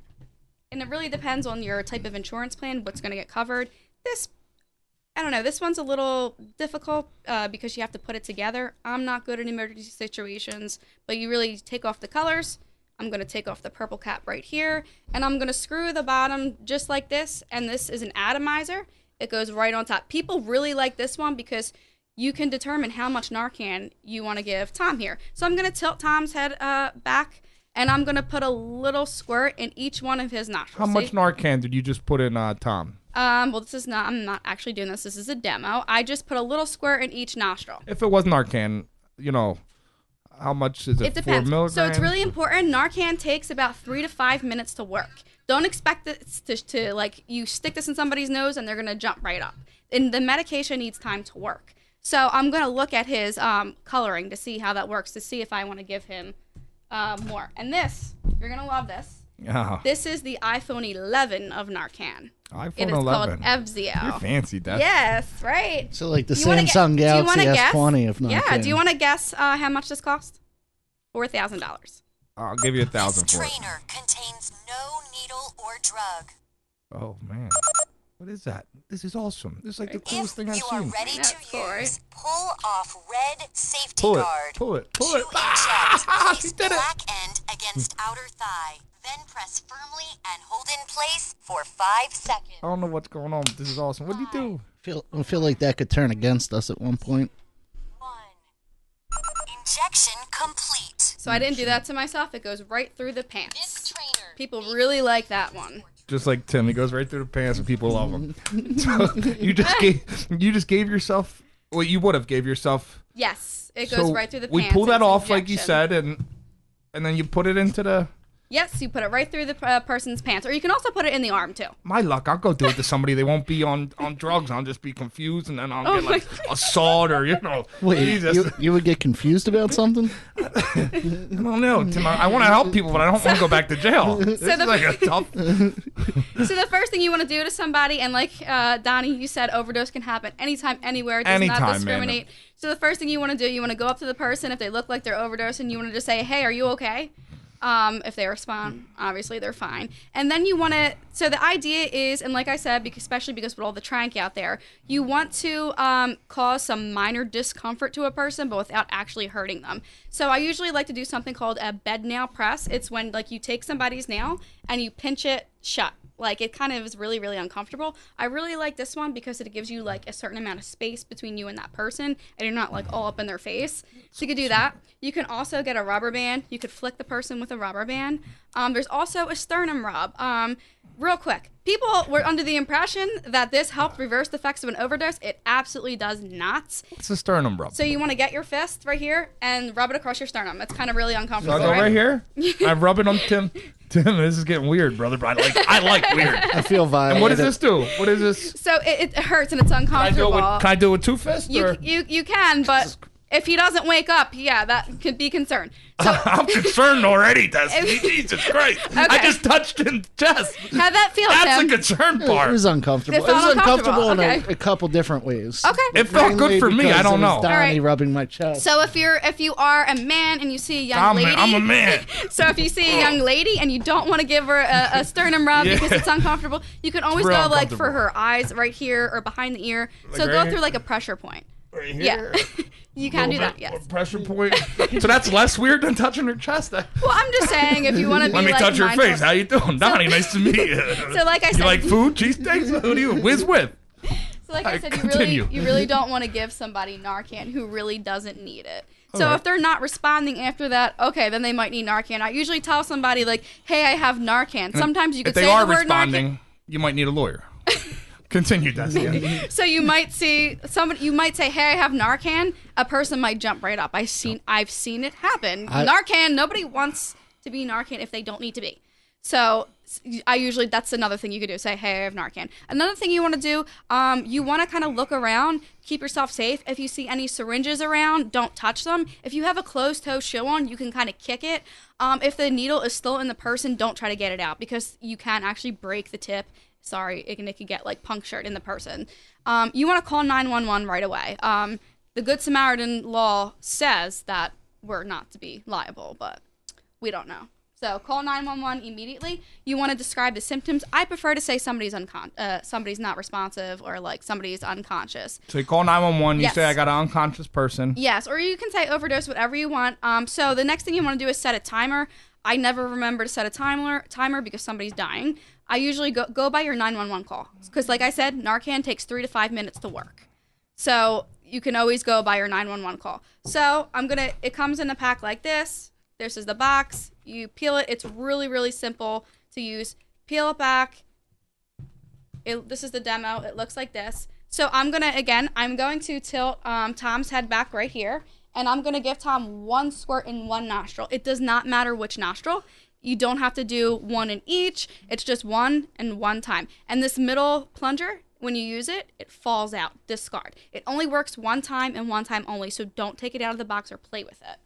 Speaker 3: and it really depends on your type of insurance plan what's going to get covered this i don't know this one's a little difficult uh, because you have to put it together i'm not good in emergency situations but you really take off the colors i'm going to take off the purple cap right here and i'm going to screw the bottom just like this and this is an atomizer it goes right on top people really like this one because you can determine how much narcan you want to give tom here so i'm going to tilt tom's head uh, back and i'm going to put a little squirt in each one of his nostrils
Speaker 1: How
Speaker 3: See?
Speaker 1: much Narcan did you just put in, uh, Tom?
Speaker 3: Um, well, this is not. I'm not actually doing this. This is a demo. I just put a little squirt in each nostril.
Speaker 1: If it was Narcan, you know, how much is it?
Speaker 3: It depends.
Speaker 1: Four milligrams.
Speaker 3: So it's really important. Narcan takes about three to five minutes to work. Don't expect this to, to like you stick this in somebody's nose and they're gonna jump right up. And the medication needs time to work. So I'm gonna look at his um, coloring to see how that works to see if I want to give him uh, more. And this, you're gonna love this.
Speaker 1: Yeah.
Speaker 3: This is the iPhone 11 of Narcan.
Speaker 1: iPhone
Speaker 3: It is
Speaker 1: 11.
Speaker 3: called Oh. Evzio.
Speaker 1: You're fancy, Destiny.
Speaker 3: Yes, right.
Speaker 2: So like the
Speaker 3: You wanna gu-
Speaker 2: Samsung
Speaker 3: do you
Speaker 2: Galaxy
Speaker 3: wanna guess?
Speaker 2: S20, if not.
Speaker 3: Yeah. Do you want to guess uh, how much this cost? Four thousand dollars.
Speaker 1: I'll give you a thousand
Speaker 5: This
Speaker 1: for it.
Speaker 5: trainer contains no needle or drug.
Speaker 1: Oh man, what is that? This is awesome. This is like the coolest
Speaker 5: If
Speaker 1: thing I've
Speaker 5: you are
Speaker 1: seen.
Speaker 5: ready
Speaker 3: Yeah,
Speaker 5: to
Speaker 3: it's cool, right?
Speaker 5: use, pull off red safety
Speaker 1: Pull it,
Speaker 5: guard.
Speaker 1: pull it, pull
Speaker 5: to
Speaker 1: it.
Speaker 5: inject,
Speaker 1: Ah,
Speaker 5: place
Speaker 1: she did it.
Speaker 5: black end against outer thigh. Then press firmly and hold in place for five seconds.
Speaker 1: I don't know what's going on. But this is awesome. What do you do?
Speaker 2: Feel, I feel like that could turn against us at one point.
Speaker 5: One. Injection complete.
Speaker 3: So I didn't do that to myself. It goes right through the
Speaker 5: This
Speaker 3: pants.
Speaker 5: trainer.
Speaker 3: People really like that one.
Speaker 1: Just like Tim, he goes right through the pants, and people love him. so you just gave, you just gave yourself. Well, you would have gave yourself.
Speaker 3: Yes, it goes
Speaker 1: so
Speaker 3: right through the
Speaker 1: we
Speaker 3: pants.
Speaker 1: pull that
Speaker 3: It's an
Speaker 1: off, like you
Speaker 3: injection.
Speaker 1: said, and and then you put it into the.
Speaker 3: Yes, you put it right through the uh, person's pants, or you can also put it in the arm too.
Speaker 1: My luck, I'll go do it to somebody. They won't be on on drugs. I'll just be confused, and then I'll
Speaker 3: Oh
Speaker 1: get
Speaker 3: my
Speaker 1: like assault or you know.
Speaker 2: Wait,
Speaker 1: Jesus.
Speaker 2: you, you would get confused about something?
Speaker 1: I don't know, Tim. I, I want to help people, but I don't want to go back to jail. This
Speaker 3: the-
Speaker 1: is like a tough.
Speaker 3: So the first thing you want to do to somebody, and like uh, Donnie, you said, overdose can happen anytime, anywhere. It does
Speaker 1: Anytime,
Speaker 3: not
Speaker 1: man.
Speaker 3: discriminate. So the first thing you want to do, you want to go up to the person if they look like they're overdosing. You want to just say, "Hey, are you okay?" Um, if they respond, obviously they're fine. And then you want to. So the idea is, and like I said, because, especially because with all the trank out there, you want to um, cause some minor discomfort to a person, but without actually hurting them. So I usually like to do something called a bed nail press. It's when like you take somebody's nail and you pinch it shut. Like it kind of is really, really uncomfortable. I really like this one because it gives you like a certain amount of space between you and that person, and you're not like all up in their face. So you could do that. You can also get a rubber band. You could flick the person with a rubber band. Um, there's also a sternum rub. Um, real quick, People were under the impression that this helped reverse the effects of an overdose. It absolutely does not.
Speaker 1: It's a sternum rub.
Speaker 3: So you want to get your fist right here and rub it across your sternum. It's kind of really
Speaker 1: So I
Speaker 3: uncomfortable,
Speaker 1: go
Speaker 3: right?
Speaker 1: right here. I rub it on Tim. Tim, this is getting weird, brother. But I like I like weird.
Speaker 2: I feel violated.
Speaker 1: And what does this do? What is this?
Speaker 3: So it, it hurts and it's
Speaker 1: Can I do
Speaker 3: uncomfortable.
Speaker 1: it with, can I do it with two fists?
Speaker 3: you,
Speaker 1: or?
Speaker 3: you you can, but if he doesn't wake up, yeah, that could be concerned. So
Speaker 1: I'm concerned already, Destiny. Jesus Christ. I
Speaker 3: Okay.
Speaker 1: just touched in chest.
Speaker 3: how that feel,
Speaker 1: That's
Speaker 3: Tim?
Speaker 1: the concern
Speaker 2: It
Speaker 1: part.
Speaker 2: was uncomfortable.
Speaker 3: It
Speaker 2: It,
Speaker 3: felt
Speaker 2: was
Speaker 3: uncomfortable,
Speaker 2: uncomfortable, in
Speaker 3: okay.
Speaker 2: a, a couple different ways.
Speaker 3: okay.
Speaker 1: it felt good
Speaker 2: Mainly
Speaker 1: for me.
Speaker 2: because
Speaker 1: I don't
Speaker 2: it was
Speaker 1: know.
Speaker 2: Donnie
Speaker 3: Alright.
Speaker 2: rubbing my chest.
Speaker 3: so if you're if you are a man and you see a young
Speaker 1: I'm, a-
Speaker 3: lady,
Speaker 1: I'm a man. Oh.
Speaker 3: so if you see a young lady and you don't want to give her a, a sternum rub
Speaker 1: Yeah.
Speaker 3: because it's uncomfortable, you can always
Speaker 1: real
Speaker 3: go like for
Speaker 1: uncomfortable.
Speaker 3: her eyes right here or behind the ear. so
Speaker 1: right
Speaker 3: go
Speaker 1: here?
Speaker 3: through like a pressure point.
Speaker 1: Right
Speaker 3: Yeah,
Speaker 1: here.
Speaker 3: you can do that.
Speaker 1: Or
Speaker 3: Yes.
Speaker 1: Pressure point. so that's less weird than touching her chest. I-
Speaker 3: Well, I'm just saying if you want to be
Speaker 1: Let me
Speaker 3: like
Speaker 1: touch your
Speaker 3: mindful-
Speaker 1: face. How you doing? Donnie, nice to meet you.
Speaker 3: So like I
Speaker 1: you
Speaker 3: said-
Speaker 1: like food? Cheesesteaks? Who do you whiz with?
Speaker 3: So like I
Speaker 1: Alright,
Speaker 3: said, you
Speaker 1: continue.
Speaker 3: really you really don't want to give somebody Narcan who really doesn't need it. So
Speaker 1: Alright.
Speaker 3: if they're not responding after that, okay, then they might need Narcan. I usually tell somebody like, "Hey, I have Narcan." Sometimes you could
Speaker 1: If they
Speaker 3: say
Speaker 1: are
Speaker 3: the word
Speaker 1: responding, you might need a lawyer. Continue, Destiny.
Speaker 3: Narcan. So you might see somebody. You might say, "Hey, I have Narcan." A person might jump right up. I've seen I've seen it happen.
Speaker 2: I-
Speaker 3: Narcan. Nobody wants to be Narcan if they don't need to be. So s- I usually that's another thing you could do. Say, hey, I have Narcan. Another thing you want to do, um, you want to kind of look around, keep yourself safe. If you see any syringes around, don't touch them. If you have a closed toe shoe on, you can kind of kick it. Um, if the needle is still in the person, don't try to get it out because you can actually break the tip. Sorry, it can, it can get like punctured in the person. Um, you want to call 911 right away. Um, the Good Samaritan law says that we're not to be liable, but we don't know. So call 911 immediately. You want to describe the symptoms. I prefer to say somebody's uncon- uh, somebody's not responsive or like somebody's unconscious.
Speaker 1: so you call 911. You
Speaker 3: Yes.
Speaker 1: say, I got an unconscious person.
Speaker 3: Yes, or you can say overdose, whatever you want. Um, so the next thing you want to do is set a timer. I never remember to set a timer timer because somebody's dying. I usually go, go by your 911 call because, like I said, Narcan takes three to five minutes to work. So you can always go by your 911 call. So I'm gonna. It comes in a pack like this. This is the box. You peel it. It's really really simple to use. Peel it back. It, this is the demo. It looks like this. So I'm gonna again. I'm going to tilt um, Tom's head back right here, and I'm gonna give Tom one squirt in one nostril. It does not matter which nostril. You don't have to do one in each. It's just one and one time. And this middle plunger, when you use it, it falls out. Discard. It only works one time and one time only. So don't take it out of the box or play with it.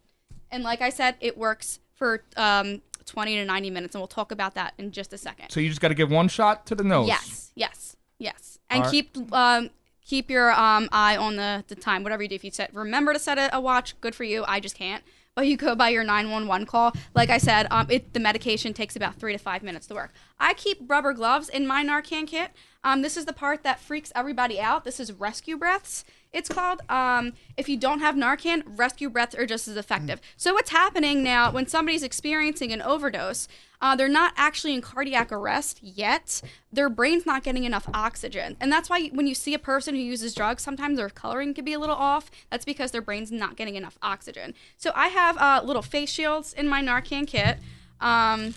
Speaker 3: And like I said, it works for um, 20 to 90 minutes, and we'll talk about that in just a second.
Speaker 1: So you just got to give one shot to the nose.
Speaker 3: Yes, yes, yes. And
Speaker 1: All right.
Speaker 3: keep um, keep your um, eye on the, the time, whatever you do. If you set, remember to set a, a watch. Good for you. I just can't. But you go by your 911 call. Like I said, um, it, the medication takes about three to five minutes to work. I keep rubber gloves in my Narcan kit. Um, this is the part that freaks everybody out. This is rescue breaths. It's called. Um, if you don't have Narcan, rescue breaths are just as effective. So what's happening now when somebody's experiencing an overdose? Uh, they're not actually in cardiac arrest yet. Their brain's not getting enough oxygen, and that's why when you see a person who uses drugs, sometimes their coloring can be a little off. That's because their brain's not getting enough oxygen. So I have uh, little face shields in my Narcan kit. Um,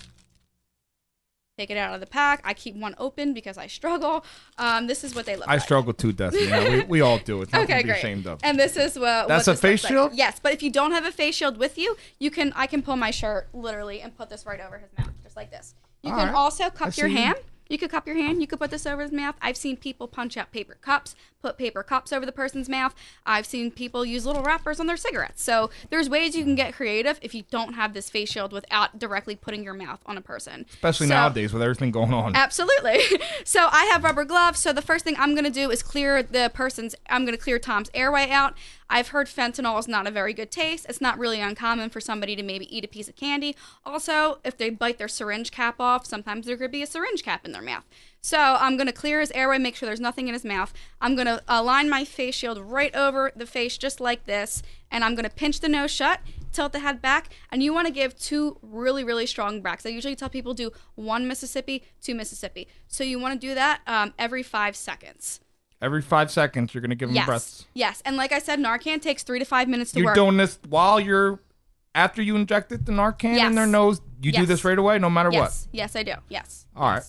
Speaker 3: take it out of the pack. I keep one open because I struggle. Um, this is what they look
Speaker 1: I
Speaker 3: like.
Speaker 1: struggle too, Destiny. Yeah, we, we all do. It's nothing
Speaker 3: Okay,
Speaker 1: to be
Speaker 3: great.
Speaker 1: ashamed of.
Speaker 3: And this is what
Speaker 1: That's a
Speaker 3: what this
Speaker 1: face
Speaker 3: looks like.
Speaker 1: shield?
Speaker 3: Yes, but if you don't have a face shield with you, you can I can pull my shirt literally and put this right over his mouth, just like this. You
Speaker 1: All
Speaker 3: can
Speaker 1: right.
Speaker 3: also
Speaker 1: I
Speaker 3: cup
Speaker 1: see
Speaker 3: your
Speaker 1: you.
Speaker 3: hand. You could cup your hand. You could put this over his mouth. I've seen people punch out paper cups, put paper cups over the person's mouth. I've seen people use little wrappers on their cigarettes. So there's ways you can get creative if you don't have this face shield without directly putting your mouth on a person.
Speaker 1: Especially
Speaker 3: So-
Speaker 1: nowadays with everything going on.
Speaker 3: Absolutely. So I have rubber gloves. So the first thing I'm going to do is clear the person's, I'm going to clear Tom's airway out. I've heard fentanyl is not a very good taste. It's not really uncommon for somebody to maybe eat a piece of candy. Also, if they bite their syringe cap off, sometimes there could be a syringe cap in their mouth. So I'm going to clear his airway, make sure there's nothing in his mouth. I'm going to align my face shield right over the face, just like this. And I'm going to pinch the nose shut tilt the head back, and you want to give two really, really strong bracks. I usually tell people do one Mississippi, two Mississippi. So you want to do that um, every five seconds.
Speaker 1: Every five seconds, you're going to give them
Speaker 3: Yes.
Speaker 1: breaths.
Speaker 3: Yes. And like I said, Narcan takes three to five minutes to
Speaker 1: You're
Speaker 3: work.
Speaker 1: doing this while you're, after you injected the Narcan in their
Speaker 3: Yes.
Speaker 1: nose, you do
Speaker 3: Yes.
Speaker 1: this right away, no matter
Speaker 3: yes. Yes, I do. Yes.
Speaker 1: what. All right.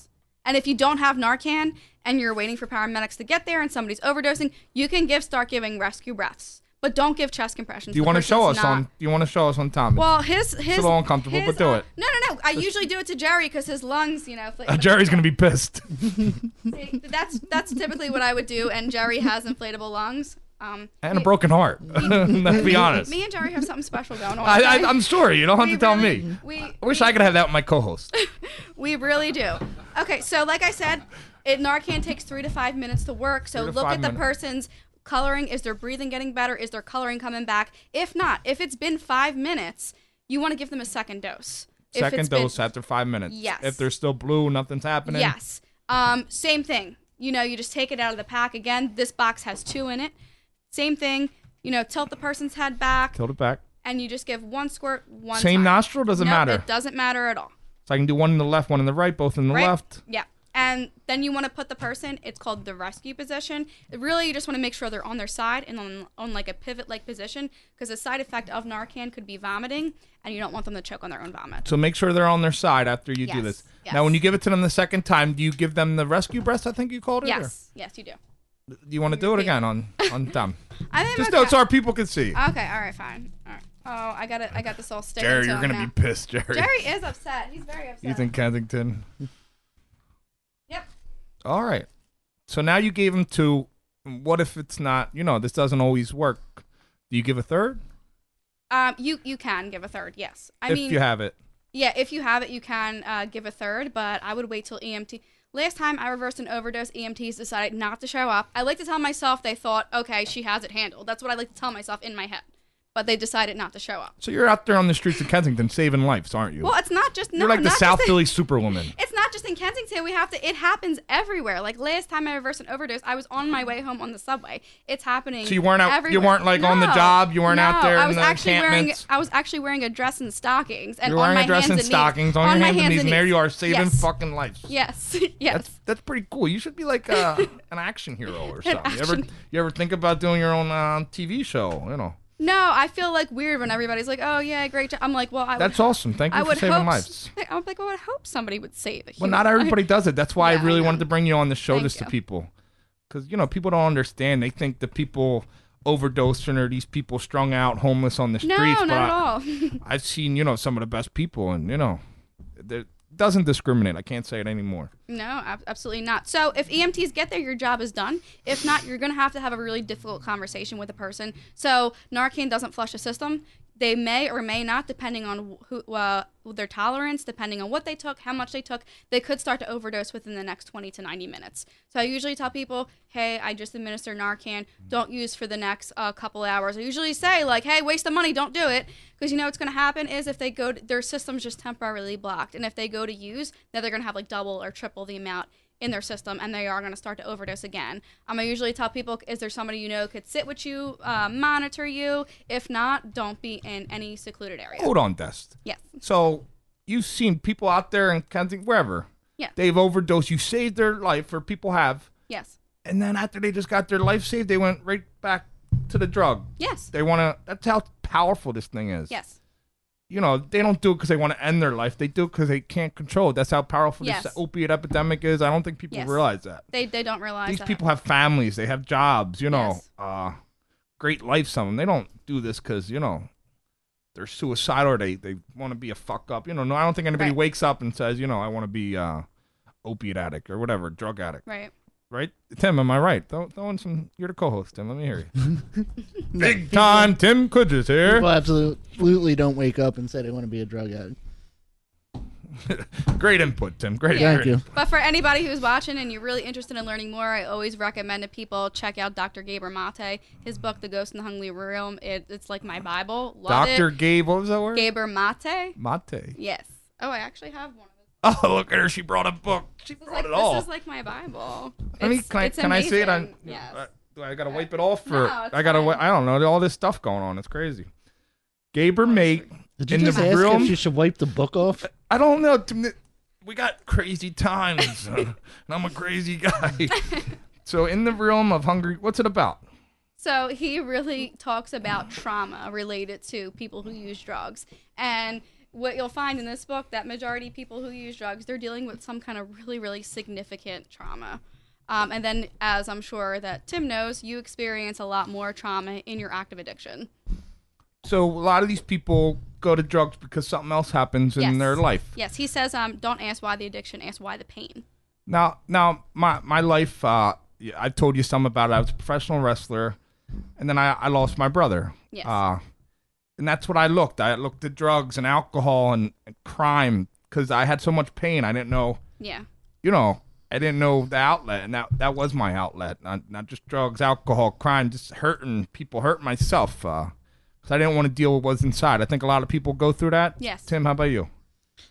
Speaker 3: And if you don't have Narcan and you're waiting for paramedics to get there and somebody's overdosing, you can give start giving rescue breaths, but don't give chest compressions.
Speaker 1: Do you
Speaker 3: The
Speaker 1: want to show
Speaker 3: person's
Speaker 1: us
Speaker 3: not-
Speaker 1: on? Do you want to show us on Tommy?
Speaker 3: Well, his his
Speaker 1: a little uncomfortable,
Speaker 3: his,
Speaker 1: but do
Speaker 3: uh,
Speaker 1: it. Uh,
Speaker 3: No, no, no. I usually do it to Jerry because his lungs, you know. fl-
Speaker 1: Jerry's gonna be pissed.
Speaker 3: That's that's typically what I would do, and Jerry has inflatable lungs. Um,
Speaker 1: and a
Speaker 3: me-
Speaker 1: broken heart. Let's be honest.
Speaker 3: Me and Jerry have something special going on.
Speaker 1: I, I, I'm sure you don't have
Speaker 3: We
Speaker 1: to tell
Speaker 3: really-
Speaker 1: me.
Speaker 3: we-
Speaker 1: I wish
Speaker 3: we-
Speaker 1: I could have that with my co-host.
Speaker 3: We really do. Okay, so like I said, it, Narcan takes three to five minutes to work. So
Speaker 1: Three to
Speaker 3: look
Speaker 1: five
Speaker 3: at the
Speaker 1: minutes.
Speaker 3: person's coloring. Is their breathing getting better? Is their coloring coming back? If not, if it's been five minutes, you want to give them a second dose. If it's
Speaker 1: Second
Speaker 3: been-
Speaker 1: dose after five minutes.
Speaker 3: Yes.
Speaker 1: If they're still blue, nothing's happening.
Speaker 3: Yes. Um, same thing. You know, you just take it out of the pack. Again, this box has two in it. Same thing. You know, tilt the person's head back,
Speaker 1: Tilt it back.
Speaker 3: and you just give one squirt one
Speaker 1: Same
Speaker 3: time.
Speaker 1: nostril? Doesn't
Speaker 3: No,
Speaker 1: matter.
Speaker 3: It doesn't matter at all.
Speaker 1: So I can do one in the left, one in the right, both in the
Speaker 3: right?
Speaker 1: left.
Speaker 3: Yeah. And then you want to put the person, it's called the rescue position. Really, you just want to make sure they're on their side and on, on like a pivot like position because a side effect of Narcan could be vomiting, and you don't want them to choke on their own vomit.
Speaker 1: So make sure they're on their side after you do
Speaker 3: Yes,
Speaker 1: this.
Speaker 3: yes.
Speaker 1: Now, when you give it to them the second time, do you give them the rescue breast? I think you called it. or-
Speaker 3: Yes. Yes, you do.
Speaker 1: Do you want to do it again on on Tom?
Speaker 3: I think
Speaker 1: Just
Speaker 3: okay.
Speaker 1: so our people can see.
Speaker 3: Okay, all right, fine. All right. Oh, I got it. I got this all sticking.
Speaker 1: Jerry,
Speaker 3: to
Speaker 1: you're
Speaker 3: him
Speaker 1: gonna
Speaker 3: now.
Speaker 1: be pissed, Jerry.
Speaker 3: Jerry is upset. He's very upset.
Speaker 1: He's in Kensington.
Speaker 3: Yep.
Speaker 1: All right. So now you gave him two. What if it's not? You know, this doesn't always work. Do you give a third
Speaker 3: Um, you you can give a third. Yes. I
Speaker 1: if
Speaker 3: mean,
Speaker 1: you have it?
Speaker 3: yeah. If you have it, you can uh, give a third. But I would wait till EMT. Last time I reversed an overdose, EMTs decided not to show up. I like to tell myself they thought, okay, she has it handled. That's what I like to tell myself in my head. But they decided not to show up.
Speaker 1: So you're out there on the streets of Kensington saving lives, aren't you?
Speaker 3: Well, it's not just no.
Speaker 1: you're like the
Speaker 3: not
Speaker 1: South
Speaker 3: just-
Speaker 1: Philly Superwoman.
Speaker 3: It's not just in Kensington. We have to. It happens everywhere. Like last time I reversed an overdose, I was on my way home on the subway. It's happening.
Speaker 1: So you weren't out- you
Speaker 3: Everywhere.
Speaker 1: weren't, like, on the
Speaker 3: No,
Speaker 1: job? You weren't out
Speaker 3: no,
Speaker 1: there
Speaker 3: I
Speaker 1: in
Speaker 3: was
Speaker 1: the
Speaker 3: actually wearing.
Speaker 1: encampments?
Speaker 3: I was actually wearing a dress and stockings and
Speaker 1: You're
Speaker 3: on
Speaker 1: wearing
Speaker 3: my
Speaker 1: a dress
Speaker 3: hands
Speaker 1: and
Speaker 3: knees.
Speaker 1: stockings on, your
Speaker 3: my
Speaker 1: hands and knees, and there
Speaker 3: knees.
Speaker 1: you are saving
Speaker 3: yes.
Speaker 1: fucking lives.
Speaker 3: Yes, yes.
Speaker 1: That's that's pretty cool. You should be like uh, an action hero or something. You ever
Speaker 3: action-
Speaker 1: you ever think about doing your own uh, TV show? You know,
Speaker 3: no, I feel like weird when everybody's like, "Oh yeah, great job." I'm like, "Well, I
Speaker 1: that's
Speaker 3: would,
Speaker 1: awesome. Thank you
Speaker 3: I
Speaker 1: for
Speaker 3: would
Speaker 1: saving
Speaker 3: hope.
Speaker 1: lives.
Speaker 3: I'm like, well, I would hope somebody would save it.
Speaker 1: Well, not everybody does it. That's why
Speaker 3: Yeah,
Speaker 1: I
Speaker 3: I
Speaker 1: really
Speaker 3: know.
Speaker 1: wanted to bring you on to show
Speaker 3: Thank
Speaker 1: this to
Speaker 3: you.
Speaker 1: people, because you know people don't understand. They think the people overdosing or these people strung out, homeless on the
Speaker 3: No,
Speaker 1: streets.
Speaker 3: not
Speaker 1: but
Speaker 3: at
Speaker 1: I-
Speaker 3: all.
Speaker 1: I've seen you know some of the best people, and you know, it doesn't discriminate. I can't say it anymore.
Speaker 3: No, ab- absolutely not. So if EMTs get there, your job is done. If not, you're going to have to have a really difficult conversation with a person. So Narcan doesn't flush the system. They may or may not, depending on who uh, their tolerance, depending on what they took, how much they took, they could start to overdose within the next 20 to 90 minutes. So I usually tell people, hey, I just administer Narcan. Don't use for the next uh, couple hours. I usually say like, hey, waste the money, don't do it, because you know what's going to happen is if they go, to, their system's just temporarily blocked, and if they go to use, then they're going to have like double or triple the amount in their system, and they are going to start to overdose again. Um, I usually tell people, is there somebody you know could sit with you, uh, monitor you? If not, don't be in any secluded area.
Speaker 1: Hold on, Dust.
Speaker 3: Yes.
Speaker 1: So you've seen people out there in Kensington, wherever.
Speaker 3: Yeah.
Speaker 1: They've overdosed. You saved their life, or people have.
Speaker 3: Yes.
Speaker 1: And then after they just got their life saved, they went right back to the drug.
Speaker 3: Yes.
Speaker 1: They want to. That's how powerful this thing is.
Speaker 3: Yes.
Speaker 1: You know, they don't do it because they want to end their life. They do it because they can't control it. That's how powerful
Speaker 3: Yes.
Speaker 1: this opiate epidemic is. I don't think people
Speaker 3: Yes.
Speaker 1: realize that.
Speaker 3: They, they don't realize
Speaker 1: These
Speaker 3: that.
Speaker 1: people have families. They have jobs. You know,
Speaker 3: Yes.
Speaker 1: uh, great life. Some of them. They don't do this because you know they're suicidal or they they want to be a fuck up. You know, no, I don't think anybody
Speaker 3: Right.
Speaker 1: wakes up and says, you know, I want to be uh, opiate addict or whatever, drug addict.
Speaker 3: Right.
Speaker 1: Right, Tim? Am I right? Throw, throw in some. You're the co-host, Tim. Let me hear you. Big time, Tim Kudges here.
Speaker 2: People absolutely don't wake up and say they want to be a drug addict.
Speaker 1: Great input, Tim. Great.
Speaker 2: Thank
Speaker 1: great.
Speaker 2: you.
Speaker 3: But for anybody who's watching and you're really interested in learning more, I always recommend to people check out Dr. Gaber Mate. His book, The Ghost in the Hungry Room, it, it's like my Bible. Love
Speaker 1: Doctor
Speaker 3: it.
Speaker 1: Gabe. What was that word?
Speaker 3: Gaber Mate.
Speaker 1: Mate.
Speaker 3: Yes. Oh, I actually have one of those.
Speaker 1: Oh, look at her. She brought a book. She
Speaker 3: This
Speaker 1: brought
Speaker 3: is like,
Speaker 1: it all.
Speaker 3: this is like my Bible.
Speaker 1: I mean,
Speaker 3: It's-
Speaker 1: can I,
Speaker 3: it's
Speaker 1: can I see it?
Speaker 3: amazing.
Speaker 1: On,
Speaker 3: yes.
Speaker 1: uh, do I gotta wipe it off,
Speaker 3: No,
Speaker 1: or
Speaker 3: it's
Speaker 1: I gotta. Wi-
Speaker 3: fine.
Speaker 1: I don't know. All this stuff going on. It's crazy. Gaber mate
Speaker 2: Did you
Speaker 1: in the
Speaker 2: just ask
Speaker 1: room.
Speaker 2: if you should wipe the book off?
Speaker 1: I don't know. Tim, We got crazy times, uh, and I'm a crazy guy. so in the realm of hungry, what's it about?
Speaker 3: So he really talks about trauma related to people who use drugs. And what you'll find in this book that majority people who use drugs they're dealing with some kind of really really significant trauma um, and then as i'm sure that tim knows you experience a lot more trauma in your active addiction
Speaker 1: So a lot of these people go to drugs because something else happens in
Speaker 3: Yes.
Speaker 1: their life.
Speaker 3: yes he says um, don't ask why the addiction ask why the pain
Speaker 1: Now, now my my life. Uh, yeah, I told you some about it. I was a professional wrestler, and then I, I lost my brother.
Speaker 3: Yes.
Speaker 1: Uh, and that's what I looked. I looked at drugs and alcohol and, and crime because I had so much pain. I didn't know.
Speaker 3: yeah
Speaker 1: You know, I didn't know the outlet, and that that was my outlet. Not not just drugs, alcohol, crime, just hurting people, hurting myself. Because I didn't want to deal with what's inside. I think a lot of people go through that.
Speaker 3: Yes.
Speaker 1: Tim, how about you?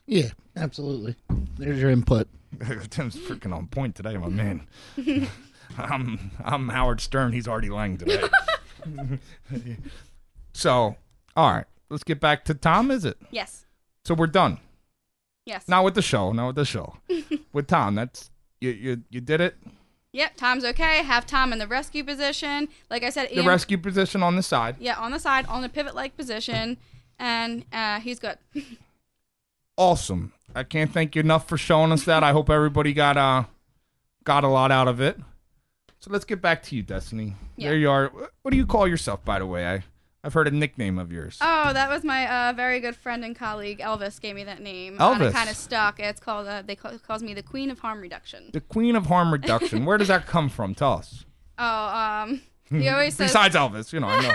Speaker 2: Yeah, absolutely. There's your input.
Speaker 1: Tim's freaking on point today, my man. I'm I'm Howard Stern. He's already lying today. so, all right, let's get back to Tom. Is it?
Speaker 3: yes
Speaker 1: So we're done.
Speaker 3: yes
Speaker 1: Not with the show. Not with the show. with Tom, that's you. You you did it.
Speaker 3: yep tom's okay have tom in the rescue position like i said
Speaker 1: The
Speaker 3: Ian-
Speaker 1: rescue position on the side.
Speaker 3: yeah on the side on the pivot leg position and uh, he's good
Speaker 1: Awesome. I can't thank you enough for showing us that. I hope everybody got uh got a lot out of it. So let's get back to you, Destiny.
Speaker 3: Yeah.
Speaker 1: There you are. Wh- What do you call yourself, by the way? I I've heard a nickname of yours.
Speaker 3: Oh, that was my uh, very good friend and colleague Elvis gave me that name.
Speaker 1: Elvis.
Speaker 3: kind of stuck. It's called. Uh, they call, calls me the Queen of Harm Reduction.
Speaker 1: The queen of harm reduction. Where does that come from? Tell us.
Speaker 3: Oh, um, he always says
Speaker 1: Besides Elvis, you know, I know.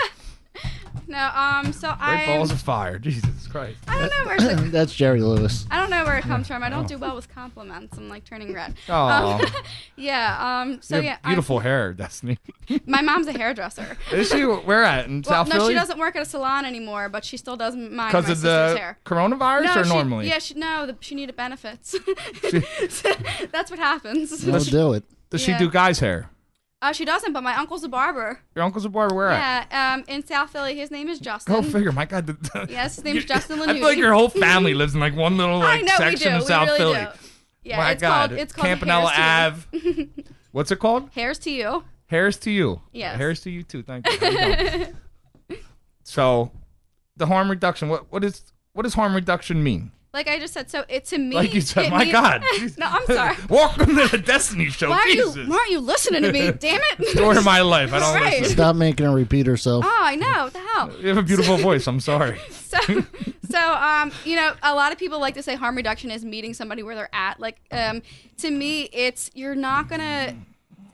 Speaker 3: no. Um, so
Speaker 1: Great
Speaker 3: I.
Speaker 1: balls of fire. Jesus Christ.
Speaker 3: I don't know where. The,
Speaker 2: That's Jerry Lewis.
Speaker 3: I don't know where it comes from. I don't do well with compliments. I'm like turning red.
Speaker 1: Oh. Aw.
Speaker 3: Um, yeah. Um.
Speaker 1: You
Speaker 3: So
Speaker 1: have
Speaker 3: yeah. I'm-
Speaker 1: beautiful hair, Destiny.
Speaker 3: my mom's a hairdresser.
Speaker 1: Is she where at in
Speaker 3: Well,
Speaker 1: South
Speaker 3: no,
Speaker 1: Philly?
Speaker 3: she doesn't work at a salon anymore, but she still does mine my
Speaker 1: Because
Speaker 3: sister's
Speaker 1: of the
Speaker 3: hair.
Speaker 1: coronavirus
Speaker 3: No,
Speaker 1: or
Speaker 3: she,
Speaker 1: normally?
Speaker 3: Yeah, she, no, the, she needed benefits. That's what happens.
Speaker 2: They'll do it.
Speaker 1: does
Speaker 3: yeah.
Speaker 1: she do guys' hair?
Speaker 3: Uh, she doesn't, but my uncle's a barber.
Speaker 1: Your uncle's a barber. Where at?
Speaker 3: Yeah, um, in South Philly, his name is Justin.
Speaker 1: Go figure. My God. the-
Speaker 3: Yes, his name's Justin
Speaker 1: I feel like
Speaker 3: Lanuti.
Speaker 1: your whole family lives in like one little like
Speaker 3: I know we
Speaker 1: section
Speaker 3: do.
Speaker 1: of South
Speaker 3: we really
Speaker 1: Philly.
Speaker 3: do. Yeah,
Speaker 1: My
Speaker 3: it's
Speaker 1: God.
Speaker 3: called it's called
Speaker 1: Campanella
Speaker 3: Hairs
Speaker 1: Ave. What's it called?
Speaker 3: To you. Hairs to you.
Speaker 1: Harris to you.
Speaker 3: Yes.
Speaker 1: Harris to you too. Thank you. There you. go. so, the harm reduction. What what is what does harm reduction mean?
Speaker 3: Like I just said, so it to me.
Speaker 1: Like you said,
Speaker 3: it
Speaker 1: my
Speaker 3: means-
Speaker 1: God.
Speaker 3: no, I'm sorry.
Speaker 1: Welcome to the Destiny Show.
Speaker 3: Why are
Speaker 1: Jesus.
Speaker 3: you Why aren't you listening to me? Damn it!
Speaker 1: Story of my life. I don't
Speaker 3: Right.
Speaker 1: listen.
Speaker 2: Stop making her repeat herself.
Speaker 3: Oh, I know. What the hell?
Speaker 1: You have a beautiful voice. I'm sorry.
Speaker 3: so so um you know a lot of people like to say harm reduction is meeting somebody where they're at like um to me it's you're not gonna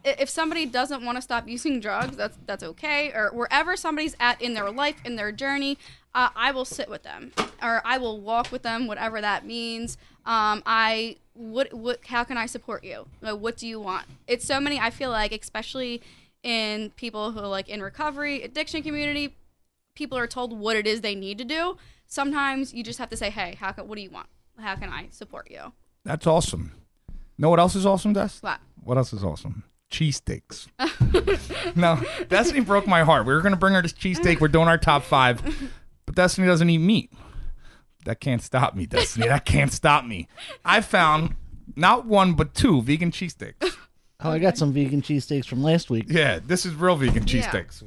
Speaker 3: i- if somebody doesn't want to stop using drugs that's that's okay or wherever somebody's at in their life in their journey uh, i will sit with them or i will walk with them whatever that means um i what what how can i support you Like, what do you want it's so many i feel like especially in people who are like in recovery addiction community people are told what it is they need to do. Sometimes you just have to say, "Hey, how can, what do you want? How can I support you?"
Speaker 1: That's awesome. Know what else is awesome, Des?
Speaker 3: What?
Speaker 1: What else is awesome? Cheesesteaks. no, Destiny broke my heart. We were going to bring her this cheesesteak. We're doing our top five, but Destiny doesn't eat meat. That can't stop me, Destiny. That can't stop me. I found not one, but two vegan cheesesteaks.
Speaker 2: Oh, I got some vegan cheesesteaks from last week.
Speaker 1: Yeah, this is real vegan
Speaker 3: Yeah.
Speaker 1: cheesesteaks.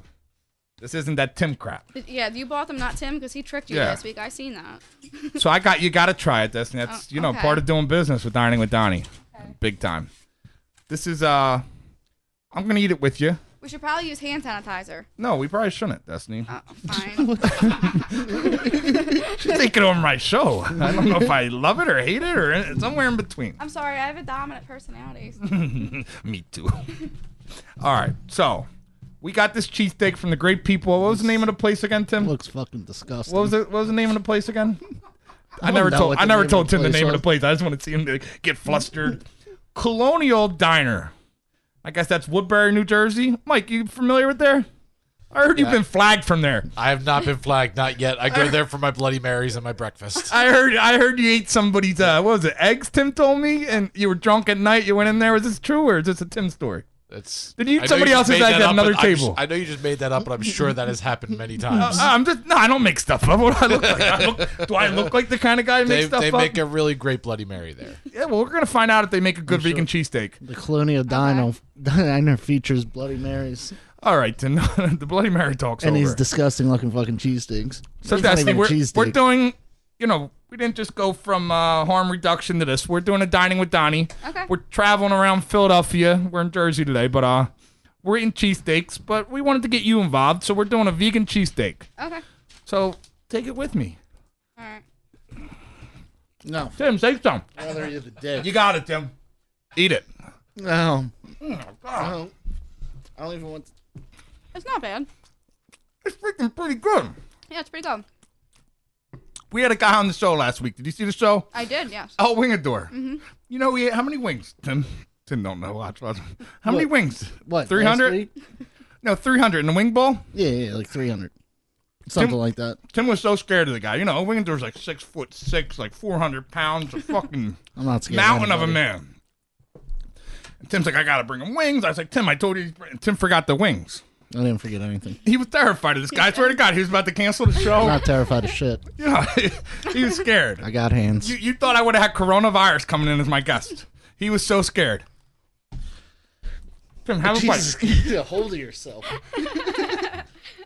Speaker 1: This isn't that Tim crap.
Speaker 3: Did- Yeah, you bought them, not Tim, because he tricked you
Speaker 1: Yeah.
Speaker 3: last week. I seen that.
Speaker 1: so I got you got to try it, Destiny. That's
Speaker 3: Oh,
Speaker 1: you know
Speaker 3: okay.
Speaker 1: part of doing business with Dining with Donnie, big time. This is uh, I'm gonna eat it with you.
Speaker 3: We should probably use hand sanitizer.
Speaker 1: No, we probably shouldn't, Destiny.
Speaker 3: Oh, fine.
Speaker 1: She's taking over my show. I don't know if I love it or hate it or in- somewhere in between.
Speaker 3: I'm sorry. I have a dominant personality.
Speaker 1: Me too. All right, so we got this cheesesteak from the great people. What was the name of the place again, Tim?
Speaker 2: Looks fucking disgusting.
Speaker 1: What was it? What was the name of the place again? I,
Speaker 2: don't
Speaker 1: never
Speaker 2: know
Speaker 1: told.
Speaker 2: what
Speaker 1: I
Speaker 2: the
Speaker 1: never
Speaker 2: name
Speaker 1: told
Speaker 2: of the
Speaker 1: Tim the
Speaker 2: place
Speaker 1: name of the
Speaker 2: was.
Speaker 1: place. I just want to see him to get flustered. Colonial Diner. I guess that's Woodbury, New Jersey. Mike, you familiar with there? I heard you've been flagged from there.
Speaker 4: I have not been flagged, not yet. I go there for my Bloody Marys and my breakfast.
Speaker 1: I heard. I heard you ate somebody's. Uh, what was it? Eggs. Tim told me, and you were drunk at night. You went in there. Is this true or is this a Tim story?
Speaker 4: That's
Speaker 1: Did you eat
Speaker 4: I know
Speaker 1: somebody
Speaker 4: just
Speaker 1: else's
Speaker 4: made
Speaker 1: egg
Speaker 4: that
Speaker 1: at
Speaker 4: up,
Speaker 1: another
Speaker 4: but I'm
Speaker 1: table?
Speaker 4: Just, I know you just made that up, but I'm sure that has happened many times.
Speaker 1: Uh, I'm just. No, I don't make stuff up. What do I look like? I look, do I look like the kind of guy who
Speaker 4: they
Speaker 1: makes stuff
Speaker 4: they
Speaker 1: up?
Speaker 4: make a really great Bloody Mary there.
Speaker 1: yeah. Well, we're gonna find out if they make a good vegan cheesesteak.
Speaker 2: The Colonial Dino Diner features Bloody Marys
Speaker 1: All right, then the Bloody Mary talks
Speaker 2: and
Speaker 1: over.
Speaker 2: these disgusting looking fucking cheesesteaks.
Speaker 1: so
Speaker 2: It's not
Speaker 1: Destiny,
Speaker 2: even
Speaker 1: we're,
Speaker 2: cheesesteak.
Speaker 1: we're doing you know, we didn't just go from uh, harm reduction to this. We're doing a dining with Donnie.
Speaker 3: Okay.
Speaker 1: We're traveling around Philadelphia. We're in Jersey today, but uh, we're eating cheesesteaks. But we wanted to get you involved, so we're doing a vegan cheesesteak.
Speaker 3: Okay.
Speaker 1: So take it with me.
Speaker 3: All right.
Speaker 2: No,
Speaker 1: Tim, say some.
Speaker 2: rather you the dick.
Speaker 1: You got it, Tim. Eat it.
Speaker 2: no,
Speaker 1: Oh.
Speaker 2: no. I don't even want.
Speaker 3: It's not bad.
Speaker 1: It's freaking pretty good.
Speaker 3: Yeah, it's pretty good.
Speaker 1: We had a guy on the show last week. Did you see the show?
Speaker 3: I did, yes.
Speaker 1: Oh, Wingador.
Speaker 2: Mm-hmm.
Speaker 1: You know, he ate how many wings? Tim, Tim don't know. Watch, watch. How many
Speaker 2: What?
Speaker 1: wings?
Speaker 2: What? last
Speaker 1: 300?
Speaker 2: week?
Speaker 1: No, 300 in the wing bowl?
Speaker 2: Yeah, yeah, like three hundred, something like that.
Speaker 1: Tim was so scared of the guy. You know, Wingador's like six foot six, like 400 pounds, a fucking
Speaker 2: I'm not scared.
Speaker 1: mountain of a
Speaker 2: anybody.
Speaker 1: man. And Tim's like, I gotta bring him wings. I was like, Tim, I told you. he's bring-" And Tim forgot the wings.
Speaker 2: I didn't forget anything.
Speaker 1: He was terrified of this guy. I swear to God, he was about to cancel the
Speaker 2: I'm
Speaker 1: show.
Speaker 2: not terrified of shit.
Speaker 1: yeah, he was scared.
Speaker 2: I got hands.
Speaker 1: You, you thought I would have had coronavirus coming in as my guest. He was so scared. Tim, have a bite.
Speaker 2: Jesus, get a hold of yourself.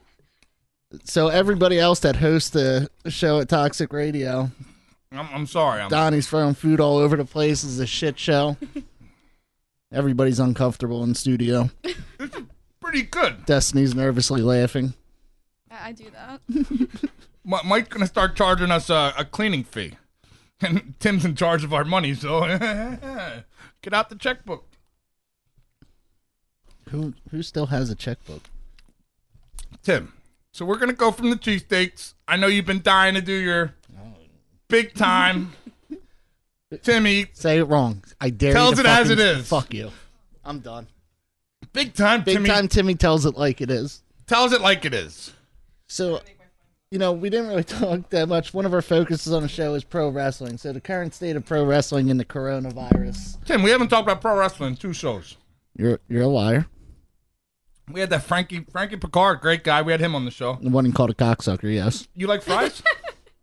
Speaker 2: so everybody else that hosts the show at Toxic Radio,
Speaker 1: I'm, I'm sorry. I'm,
Speaker 2: Donnie's throwing food all over the place. Is a shit show. Everybody's uncomfortable in studio.
Speaker 1: pretty good.
Speaker 2: Destiny's nervously laughing.
Speaker 3: I, I do that.
Speaker 1: Mi- Mike's gonna start charging us a, a cleaning fee, and Tim's in charge of our money. So get out the checkbook.
Speaker 2: Who who still has a checkbook?
Speaker 1: Tim. So we're gonna go from the cheesesteaks. I know you've been dying to do your big time. Timmy,
Speaker 2: Say it wrong. I dare
Speaker 1: Tells
Speaker 2: you to
Speaker 1: it as
Speaker 2: fucking-
Speaker 1: it is.
Speaker 2: Fuck you. I'm done.
Speaker 1: big time
Speaker 2: Big
Speaker 1: Timmy
Speaker 2: time Timmy tells it like it is.
Speaker 1: tells it like it is.
Speaker 2: So, you know, we didn't really talk that much. One of our focuses on the show is pro wrestling. So, the current state of pro wrestling and the coronavirus.
Speaker 1: Tim, we haven't talked about pro wrestling in two shows.
Speaker 2: You're you're a liar.
Speaker 1: We had that Frankie Frankie Picard, great guy. We had him on the show.
Speaker 2: The one called a cocksucker. Yes.
Speaker 1: You like fries?